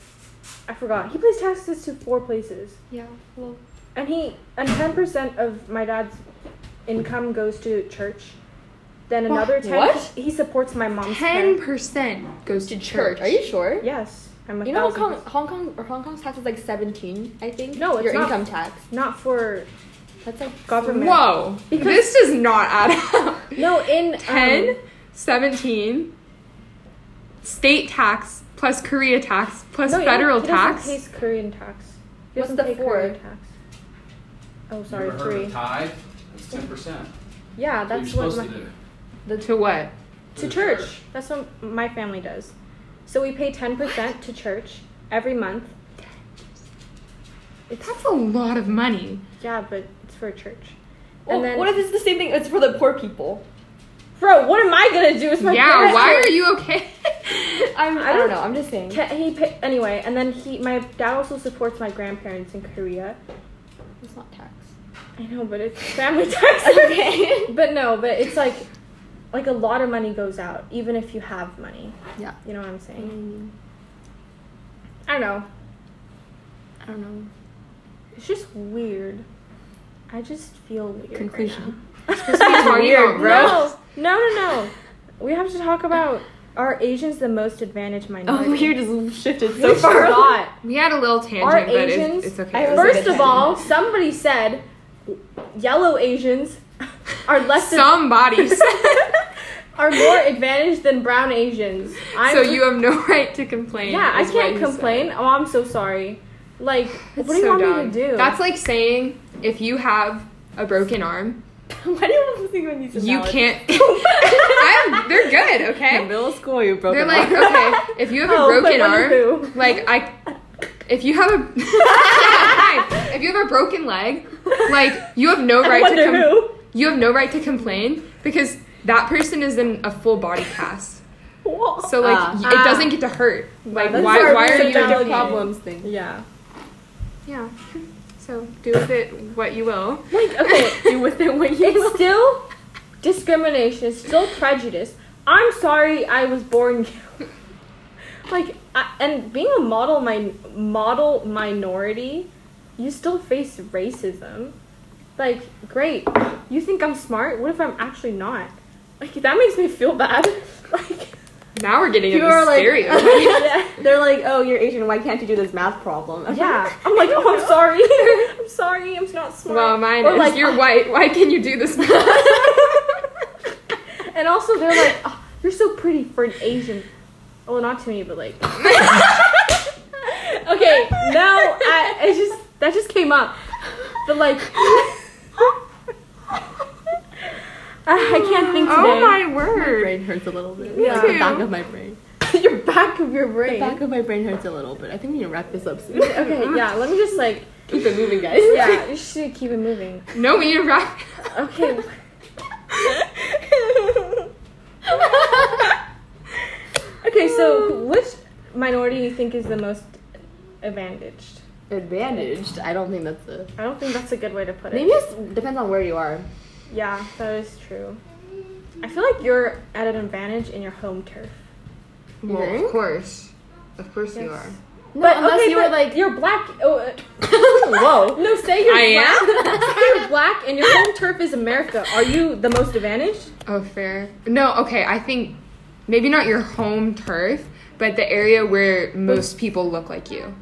Speaker 1: I forgot. He pays taxes to four places.
Speaker 2: yeah. Well,
Speaker 1: And he and ten percent of my dad's income goes to church. Then
Speaker 3: Wha-
Speaker 1: another ten
Speaker 2: what?
Speaker 1: he supports my mom's
Speaker 3: Ten
Speaker 1: care.
Speaker 3: percent goes to church.
Speaker 2: church. Are you sure?
Speaker 1: Yes. I'm a
Speaker 2: You know Hong
Speaker 1: thousand
Speaker 2: Kong,
Speaker 1: percent-
Speaker 2: Hong Kong or Hong Kong's tax is like seventeen, I think.
Speaker 1: No, it's
Speaker 2: your
Speaker 1: not.
Speaker 2: income tax.
Speaker 1: not for
Speaker 2: That's like
Speaker 1: government.
Speaker 3: Whoa.
Speaker 1: Because-
Speaker 3: this does not add up.
Speaker 1: No, in um,
Speaker 3: 10, 17, state tax plus Korea tax plus
Speaker 1: No, he-
Speaker 3: federal
Speaker 1: he doesn't
Speaker 3: tax.
Speaker 1: Pays Korean tax. He
Speaker 2: What's
Speaker 1: doesn't
Speaker 2: the
Speaker 1: pay
Speaker 2: four?
Speaker 1: Korean tax. Oh, sorry,
Speaker 5: Never heard
Speaker 1: three.
Speaker 5: of tithe? That's ten percent.
Speaker 1: Yeah,
Speaker 5: That's what you're
Speaker 1: that's what
Speaker 5: supposed
Speaker 1: my,
Speaker 5: to do.
Speaker 3: to what?
Speaker 1: to church. That's what my family does. So we pay ten percent to church every month. It's
Speaker 3: That's a lot of money.
Speaker 1: yeah, but it's for a church.
Speaker 2: Well,
Speaker 1: and then,
Speaker 2: oh, what if it's the same thing? It's for the poor people.
Speaker 1: bro? What am I gonna do? It's my
Speaker 3: yeah,
Speaker 1: parents'
Speaker 3: why
Speaker 1: church.
Speaker 3: are you okay?
Speaker 2: I'm, I,
Speaker 1: I
Speaker 2: don't
Speaker 1: don't-
Speaker 2: know. I'm just saying.
Speaker 1: Ca- he pay, anyway, and then he, my dad also supports my grandparents in Korea.
Speaker 2: It's not tax.
Speaker 1: I know, but it's family tax.
Speaker 2: Okay.
Speaker 1: But no, but it's like like a lot of money goes out, even if you have money.
Speaker 2: Yeah.
Speaker 1: You know what I'm saying?
Speaker 2: Mm,
Speaker 1: I don't know.
Speaker 2: I don't know.
Speaker 1: It's just weird. I just feel weird. right
Speaker 2: Conclusion.
Speaker 1: now.
Speaker 3: weird, bro.
Speaker 1: No, no, no, no. We have to talk about are Asians the most advantaged minority?
Speaker 4: Oh, you just shifted so
Speaker 1: so
Speaker 4: far.
Speaker 1: forgot.
Speaker 3: We had a little tangent,
Speaker 1: Are
Speaker 3: but it's-
Speaker 1: Asians?
Speaker 3: it's, okay.
Speaker 2: I was-
Speaker 1: First of all, somebody said yellow Asians are less than,
Speaker 3: Somebody said-
Speaker 1: are more advantaged than brown Asians. I'm
Speaker 3: so you have no right to complain.
Speaker 1: Yeah, I
Speaker 3: is what
Speaker 1: can't
Speaker 3: you said.
Speaker 1: complain. Oh, I'm so sorry. Like,
Speaker 3: It's
Speaker 1: what do you
Speaker 3: so
Speaker 1: want
Speaker 3: dumb.
Speaker 1: me to do?
Speaker 3: That's like saying if you have a broken arm,
Speaker 2: Why do you think when you said
Speaker 3: you can't. I'm, they're good, okay?
Speaker 4: In middle school, you broke
Speaker 3: They're
Speaker 4: it
Speaker 3: like,
Speaker 4: off.
Speaker 3: okay, if you have a
Speaker 1: Oh, but when
Speaker 3: broken arm,
Speaker 1: who?
Speaker 3: like I, if you have a, if you have a broken leg, like you have no
Speaker 1: I
Speaker 3: right to
Speaker 1: wonder
Speaker 3: com-
Speaker 1: who.
Speaker 3: you have no right to complain because that person is in a full body cast,
Speaker 1: What?
Speaker 3: so like
Speaker 4: Ah.
Speaker 3: y- it doesn't get to hurt. Like
Speaker 1: Uh, that's
Speaker 3: why,
Speaker 1: our
Speaker 3: why are
Speaker 1: reason
Speaker 3: you?
Speaker 1: down
Speaker 3: doing-
Speaker 1: here.
Speaker 4: problems thing.
Speaker 1: yeah.
Speaker 3: Yeah. So do with it what you will.
Speaker 1: Like, okay,
Speaker 4: Do with it what you
Speaker 1: it's still discrimination. It's still prejudice. I'm sorry, I was born. gay. like, I, and being a model, my model minority, you still face racism. Like, great, you think I'm smart? What if I'm actually not? Like, that makes me feel bad. Like.
Speaker 3: Now we're getting
Speaker 4: You
Speaker 3: into
Speaker 4: are like-
Speaker 3: stereotypes.
Speaker 1: yeah.
Speaker 4: They're like, oh, you're Asian. Why can't you do this math problem?
Speaker 1: Yeah. I'm like, oh, I'm sorry. I'm sorry. I'm not smart.
Speaker 3: well, mine
Speaker 1: Or
Speaker 3: is
Speaker 1: like-
Speaker 3: you're white. Why can you do this?
Speaker 1: and also, they're like, oh, you're so pretty for an Asian. Well, not to me, but like. okay, no, I, it's just that just came up, but like, I, I can't think today.
Speaker 3: oh my word!
Speaker 4: brain hurts a little bit.
Speaker 1: Me
Speaker 4: like
Speaker 1: too.
Speaker 4: the back of my brain.
Speaker 1: Your back of your brain.
Speaker 4: The back of my brain hurts a little bit. I think we need to wrap this up soon.
Speaker 1: okay, yeah. Let me just like,
Speaker 4: Keep it moving, guys.
Speaker 1: yeah. You should keep it moving.
Speaker 3: No, we need to wrap.
Speaker 1: Okay. okay, so which minority you think is the most advantaged?
Speaker 4: Advantaged. I don't think that's a.
Speaker 1: I don't think that's a good way to put it.
Speaker 4: Maybe it depends on where you are.
Speaker 1: Yeah, that is true. I feel like you're at an advantage in your home turf.
Speaker 3: Well, of course, of course you
Speaker 1: Yes.
Speaker 3: are.
Speaker 4: No,
Speaker 1: but
Speaker 4: unless
Speaker 1: okay,
Speaker 4: you were
Speaker 1: but
Speaker 4: like,
Speaker 1: you're black. Oh, uh,
Speaker 4: whoa.
Speaker 1: no, say you're
Speaker 3: I
Speaker 1: black.
Speaker 3: am?
Speaker 1: say you're black and your home turf is America. Are you the most advantaged?
Speaker 3: Oh, fair. No, okay. I think maybe not your home turf, but the area where most people look like you.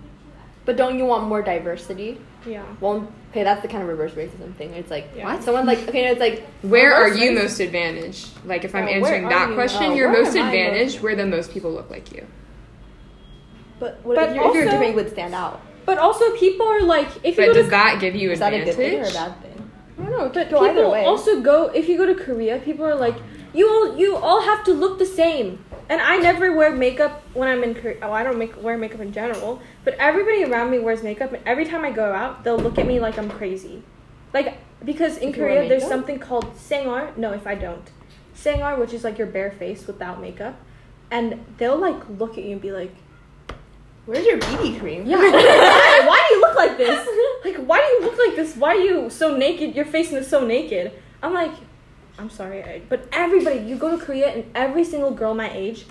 Speaker 2: But don't you want more diversity?
Speaker 1: Yeah.
Speaker 2: Well, okay, that's the kind of reverse racism thing. It's like
Speaker 1: Yeah.
Speaker 2: what? Someone like okay, it's like
Speaker 3: Where are
Speaker 2: Reverse
Speaker 3: you most advantaged? Like,
Speaker 2: Uh,
Speaker 3: if I'm
Speaker 1: Yeah, where
Speaker 3: answering
Speaker 1: are
Speaker 3: that
Speaker 1: you?
Speaker 3: question,
Speaker 2: Oh,
Speaker 3: you're
Speaker 2: where
Speaker 3: most
Speaker 2: am I most-
Speaker 3: advantaged where the most people look like you.
Speaker 2: but what
Speaker 1: But
Speaker 2: if, you're, if you're
Speaker 1: also-
Speaker 2: different, you would stand out.
Speaker 1: But also, people are like, if you
Speaker 3: But
Speaker 1: go to
Speaker 3: does that give you
Speaker 2: Is that a
Speaker 3: advantage?
Speaker 2: good thing or a bad thing?
Speaker 1: I don't know, but
Speaker 2: Go either
Speaker 1: people
Speaker 2: way.
Speaker 1: also go. If you go to Korea, people are like, you all you all have to look the same. And I never wear makeup when I'm in Korea. Oh, I don't make wear makeup in general. But everybody around me wears makeup, and every time I go out, they'll look at me like I'm crazy, like because in
Speaker 2: If you wear
Speaker 1: Korea there's
Speaker 2: makeup?
Speaker 1: something called sangar. No, if I don't, sangar, which is like your bare face without makeup, and they'll like look at you and be like,
Speaker 2: Where's your BB cream?
Speaker 1: yeah, why do you look like this? like, why do you look like this? Why are you so naked? Your face is so naked. I'm like, I'm sorry, I, but everybody, you go to Korea and every single girl my age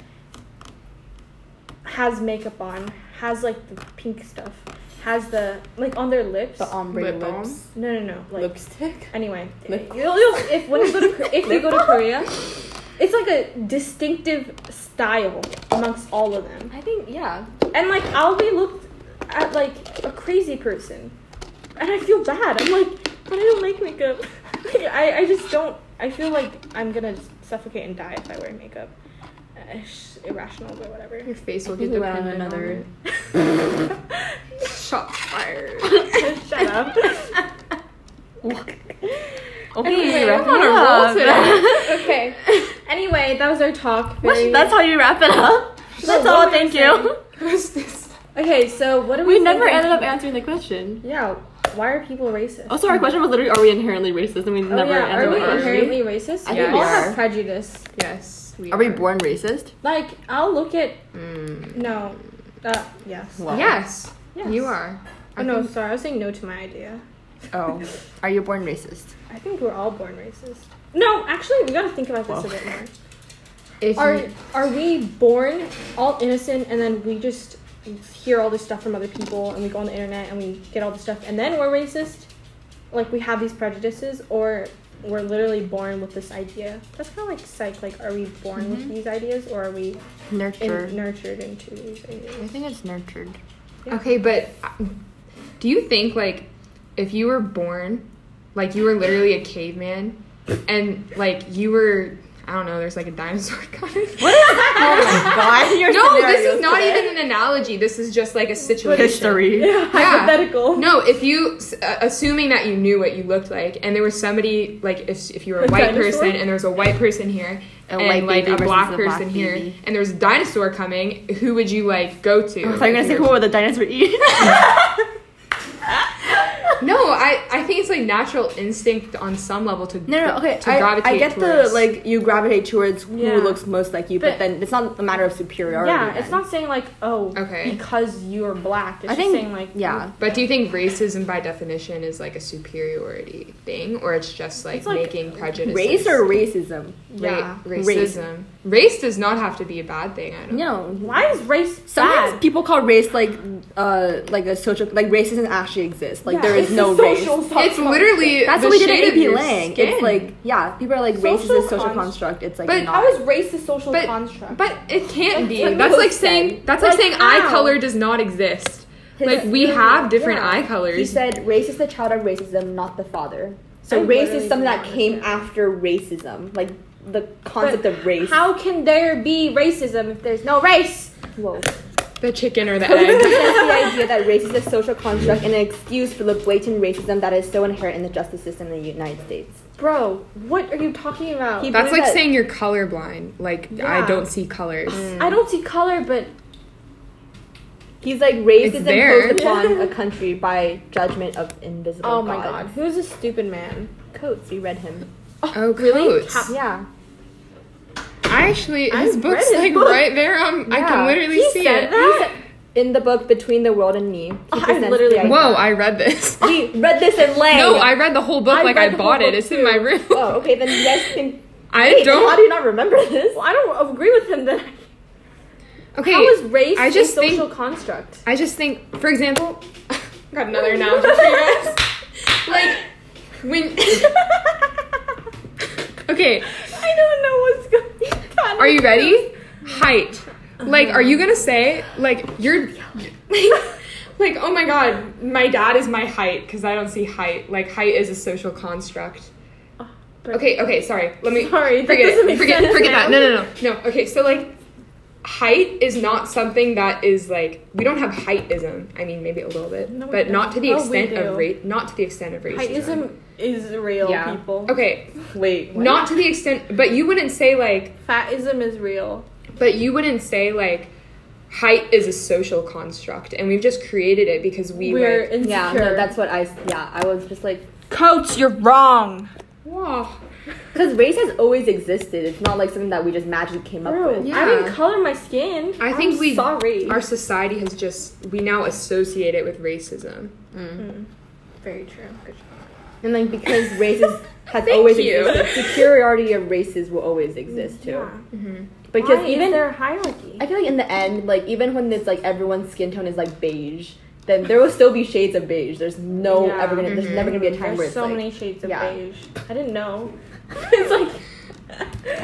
Speaker 1: has makeup on, has like the pink stuff, has the like on their lips.
Speaker 6: The um, ombre
Speaker 3: Lip balm?
Speaker 6: lips.
Speaker 1: no, no, no. Like
Speaker 6: Lipstick.
Speaker 1: anyway,
Speaker 6: Lip-
Speaker 1: you'll, you'll, if when you go to Kor- if you go to Korea, it's like a distinctive style amongst all of them.
Speaker 6: I think yeah.
Speaker 1: And like I'll be looked at like a crazy person. And I feel bad. I'm like, but I don't like makeup. Like, I, I just don't I feel like I'm gonna suffocate and die if I wear makeup. Uh, It's irrational but whatever.
Speaker 3: Your face will get
Speaker 2: Ooh, wow,
Speaker 3: dependent
Speaker 2: another-
Speaker 3: another. Shot fired.
Speaker 1: Shut up.
Speaker 2: Okay,
Speaker 1: Anyway,
Speaker 2: wrap
Speaker 3: I'm on a
Speaker 2: it
Speaker 3: roll
Speaker 2: up.
Speaker 3: today.
Speaker 1: okay. Anyway, that was our talk. Very-
Speaker 2: That's how you wrap it up. That's
Speaker 1: what
Speaker 2: all.
Speaker 1: were we
Speaker 2: Thank you.
Speaker 3: Who's this?
Speaker 1: okay, so what do we
Speaker 2: We never
Speaker 1: think-
Speaker 2: ended up answering the question.
Speaker 1: Yeah. Why are people racist?
Speaker 2: Also, our question was literally, are we inherently racist? And we
Speaker 1: Oh,
Speaker 2: never
Speaker 1: yeah.
Speaker 2: ended
Speaker 1: Are
Speaker 2: up
Speaker 1: we
Speaker 3: Are we?
Speaker 1: inherently racist?
Speaker 2: I
Speaker 1: we
Speaker 3: think
Speaker 1: all
Speaker 3: we
Speaker 1: have
Speaker 2: are.
Speaker 1: prejudice.
Speaker 3: Yes.
Speaker 2: Are we born racist?
Speaker 1: Like, I'll look at
Speaker 2: Mm,
Speaker 1: no. Uh, yes.
Speaker 2: well.
Speaker 3: Yes,
Speaker 1: Yes.
Speaker 3: You are.
Speaker 1: Oh, no, sorry. I was saying no to my idea.
Speaker 2: Oh, are you born racist?
Speaker 1: I think we're all born racist. No, actually, we gotta think about this
Speaker 2: Well.
Speaker 1: a bit more.
Speaker 3: If
Speaker 1: Are
Speaker 3: you-
Speaker 1: are we born all innocent and then we just hear all this stuff from other people and we go on the internet and we get all this stuff and then we're racist? Like we have these prejudices or we're literally born with this idea. That's kind of like psych. Like, are we born with these ideas or are we in-
Speaker 2: Nurtured.
Speaker 1: nurtured into these ideas?
Speaker 2: I think it's nurtured.
Speaker 1: Yeah.
Speaker 3: Okay, but uh, do you think like if you were born, like you were literally a caveman, and like you were, I don't know, there's like a dinosaur coming.
Speaker 2: God, you're
Speaker 3: no, this is not even an analogy. This is just like a situation.
Speaker 2: history.
Speaker 1: Yeah, hypothetical.
Speaker 3: No, if you s- uh, assuming that you knew what you looked like, and there was somebody like if if you were a
Speaker 1: A
Speaker 3: white
Speaker 1: dinosaur?
Speaker 3: person, and there was a white person here,
Speaker 2: A
Speaker 3: and
Speaker 2: white
Speaker 3: like
Speaker 2: baby
Speaker 3: a
Speaker 2: versus
Speaker 3: black
Speaker 2: a
Speaker 3: person
Speaker 2: black
Speaker 3: here,
Speaker 2: baby.
Speaker 3: and there was a dinosaur coming, who would you like go to?
Speaker 2: I thought you were gonna say, "What would the dinosaur E." eat?"
Speaker 3: No, I, I think it's like natural instinct on some level to
Speaker 2: No, no, okay.
Speaker 3: to
Speaker 2: I,
Speaker 3: gravitate
Speaker 2: I get
Speaker 3: towards.
Speaker 2: the like you gravitate towards who
Speaker 1: Yeah.
Speaker 2: looks most like you,
Speaker 1: But-
Speaker 2: but, then it's not a matter of superiority.
Speaker 1: Yeah, it's
Speaker 2: then.
Speaker 1: not saying like oh
Speaker 3: Okay.
Speaker 1: because you are black. It's
Speaker 2: I
Speaker 1: just
Speaker 2: think
Speaker 1: saying like
Speaker 2: yeah.
Speaker 3: But do you think racism by definition is like a superiority thing, or it's just like,
Speaker 1: It's like
Speaker 3: making prejudices?
Speaker 2: Race or racism?
Speaker 3: yeah,
Speaker 1: yeah.
Speaker 3: racism. Race. does not have to be a bad thing. I don't.
Speaker 2: No.
Speaker 1: Why is race
Speaker 2: Sometimes
Speaker 1: bad?
Speaker 2: people call race like uh like a social like racism actually exists. Like
Speaker 1: Yeah,
Speaker 2: there is
Speaker 1: it's
Speaker 2: no
Speaker 1: a
Speaker 2: race.
Speaker 1: social
Speaker 3: It's
Speaker 1: subconstruct.
Speaker 3: literally
Speaker 2: That's
Speaker 3: the
Speaker 2: what we did
Speaker 3: shade
Speaker 2: at
Speaker 3: of
Speaker 2: AP
Speaker 3: your
Speaker 2: Lang. It's
Speaker 3: skin.
Speaker 2: like yeah, people are like race is
Speaker 1: Social
Speaker 2: a social
Speaker 1: construct.
Speaker 2: construct. It's like
Speaker 3: But
Speaker 2: not.
Speaker 1: How is race a social
Speaker 3: But-
Speaker 1: construct?
Speaker 3: But it can't be.
Speaker 1: like
Speaker 3: That's like
Speaker 1: Wilson.
Speaker 3: saying that's like,
Speaker 1: Like,
Speaker 3: saying eye
Speaker 1: how?
Speaker 3: color does not exist.
Speaker 2: His-
Speaker 3: like we have different
Speaker 2: yeah.
Speaker 3: eye
Speaker 2: He
Speaker 3: colors.
Speaker 2: said race is the child of racism, not the father. So
Speaker 1: I
Speaker 2: race is
Speaker 1: literally
Speaker 2: something
Speaker 1: do
Speaker 2: that
Speaker 1: not
Speaker 2: came
Speaker 1: understand.
Speaker 2: after racism, like the
Speaker 1: But
Speaker 2: concept of race.
Speaker 1: How can there be racism if there's no race?
Speaker 2: Whoa.
Speaker 3: the chicken or the
Speaker 2: Positivism
Speaker 3: egg.
Speaker 2: presents the idea that race is a social construct and an excuse for the blatant racism that is so inherent in the justice system in the United States.
Speaker 1: Bro, what are you talking about?
Speaker 2: He-
Speaker 3: That's
Speaker 2: What is
Speaker 3: like
Speaker 2: that?
Speaker 3: saying you're colorblind. Like I
Speaker 1: Yeah. Mm.
Speaker 3: don't see colors.
Speaker 1: I don't see color, but
Speaker 2: He's like race
Speaker 3: It's
Speaker 2: is
Speaker 3: there.
Speaker 2: imposed upon a country by judgment of invisible
Speaker 1: oh my god,
Speaker 2: gods.
Speaker 1: who's a stupid man?
Speaker 2: Coats, you read him.
Speaker 3: Oh,
Speaker 1: really?
Speaker 3: Coates.
Speaker 1: Cap-
Speaker 2: Yeah.
Speaker 3: I actually,
Speaker 1: I
Speaker 3: his
Speaker 1: read
Speaker 3: book's
Speaker 1: his
Speaker 3: like
Speaker 1: book.
Speaker 3: right there. Um, I
Speaker 2: Yeah.
Speaker 3: can literally
Speaker 1: He
Speaker 3: see
Speaker 1: said
Speaker 3: it.
Speaker 1: that?
Speaker 2: He said- in the book Between the World and Me, he
Speaker 1: I
Speaker 2: presents the
Speaker 1: literally-
Speaker 2: idea-
Speaker 3: Whoa, I read this.
Speaker 2: We read this in length.
Speaker 3: No, I read the whole book.
Speaker 1: I
Speaker 3: like
Speaker 1: read
Speaker 3: I
Speaker 1: the
Speaker 3: bought
Speaker 1: whole
Speaker 3: it.
Speaker 1: book,
Speaker 3: It's in my
Speaker 1: too.
Speaker 3: room.
Speaker 2: Oh, okay, then you guys can.
Speaker 3: I
Speaker 2: How do
Speaker 3: don't.
Speaker 2: you not remember this?
Speaker 1: Well, I don't agree with him then.
Speaker 3: Okay,
Speaker 1: How is race
Speaker 3: I just
Speaker 1: a
Speaker 3: think-
Speaker 1: social construct?
Speaker 3: I just think, for example, got another analogy for you guys. Like when. okay,
Speaker 1: I don't know what's going on.
Speaker 3: are you ready? Height. Like, are you gonna say like you're? Like, oh my god, my dad is my height because I don't see height. Like, height is a social construct.
Speaker 1: But-
Speaker 3: Okay, okay, sorry. Let me
Speaker 1: Sorry, that
Speaker 3: forget
Speaker 1: doesn't
Speaker 3: it.
Speaker 1: make
Speaker 3: Forget,
Speaker 1: sense
Speaker 3: forget that.
Speaker 1: now.
Speaker 3: No, no, no, no. Okay, so like, height is not something that is like we don't have heightism. I mean, maybe a little bit,
Speaker 1: No, we
Speaker 3: but
Speaker 1: don't.
Speaker 3: not to the
Speaker 1: Oh, we
Speaker 3: extent of
Speaker 1: do.
Speaker 3: rate, not to the extent of racism.
Speaker 1: Heightism is real,
Speaker 3: Yeah.
Speaker 1: people.
Speaker 3: Okay,
Speaker 1: Wait, what?
Speaker 3: not to the extent, but you wouldn't say like,
Speaker 1: fatism is real.
Speaker 3: but you wouldn't say like, height is a social construct, and we've just created it because we
Speaker 1: We're
Speaker 3: like,
Speaker 1: insecure.
Speaker 2: Yeah, no, that's what I. Yeah, I was just like,
Speaker 1: Coach, you're wrong.
Speaker 3: wow.
Speaker 2: because race has always existed. It's not like something that we just magically came up
Speaker 1: Bro,
Speaker 2: with.
Speaker 3: Yeah.
Speaker 1: I didn't color my skin.
Speaker 3: I think
Speaker 1: I'm
Speaker 3: we
Speaker 1: sorry.
Speaker 3: Our society has just we now associate it with racism.
Speaker 1: Very true. Good
Speaker 2: And like because races has
Speaker 3: Thank
Speaker 2: always
Speaker 3: you.
Speaker 2: existed, superiority of races will always exist too.
Speaker 1: Yeah.
Speaker 2: Because
Speaker 1: Why is
Speaker 2: even
Speaker 1: there a hierarchy.
Speaker 2: I feel like in the end, like even when it's like everyone's skin tone is like beige, then there will still be shades of beige. There's no
Speaker 1: Yeah.
Speaker 2: ever gonna Mm-hmm. there's
Speaker 3: Mhm.
Speaker 2: never gonna be a time
Speaker 1: There's
Speaker 2: where it's
Speaker 1: so
Speaker 2: like
Speaker 1: many shades of
Speaker 2: yeah.
Speaker 1: beige. I didn't know.
Speaker 2: it's like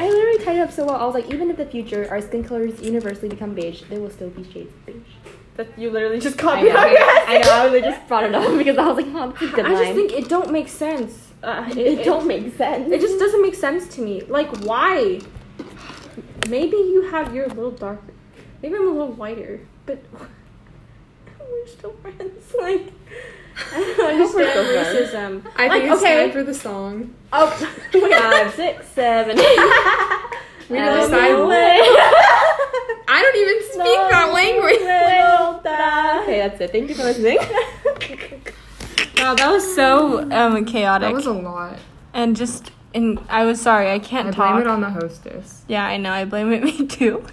Speaker 2: I literally tied it up so well. I was like, even if the future our skin colors universally become beige, there will still be shades of beige.
Speaker 1: That you literally just
Speaker 2: I
Speaker 1: copied
Speaker 2: know,
Speaker 1: out your
Speaker 2: I know. I literally just brought it up because I was like, oh, that's a good
Speaker 1: I just
Speaker 2: line.
Speaker 1: think it don't make sense. Uh, it,
Speaker 2: it, don't make sense.
Speaker 1: It just doesn't make sense to me. Like why? Maybe you have you're a little darker. Maybe I'm a little whiter, but we're still friends. Like I don't understand
Speaker 2: still friends.
Speaker 1: racism.
Speaker 3: I
Speaker 1: Like,
Speaker 3: think it's
Speaker 1: okay.
Speaker 3: time for the song.
Speaker 2: oh, five, six, seven.
Speaker 3: We
Speaker 2: Um,
Speaker 3: decide. I don't even speak that language.
Speaker 2: okay, that's it. Thank you for listening.
Speaker 1: Wow, that was so um, chaotic.
Speaker 3: That was a lot.
Speaker 1: and just, and I was sorry, I can't
Speaker 3: I
Speaker 1: talk.
Speaker 3: blame it on the hostess.
Speaker 1: yeah, I know, I blame it me too.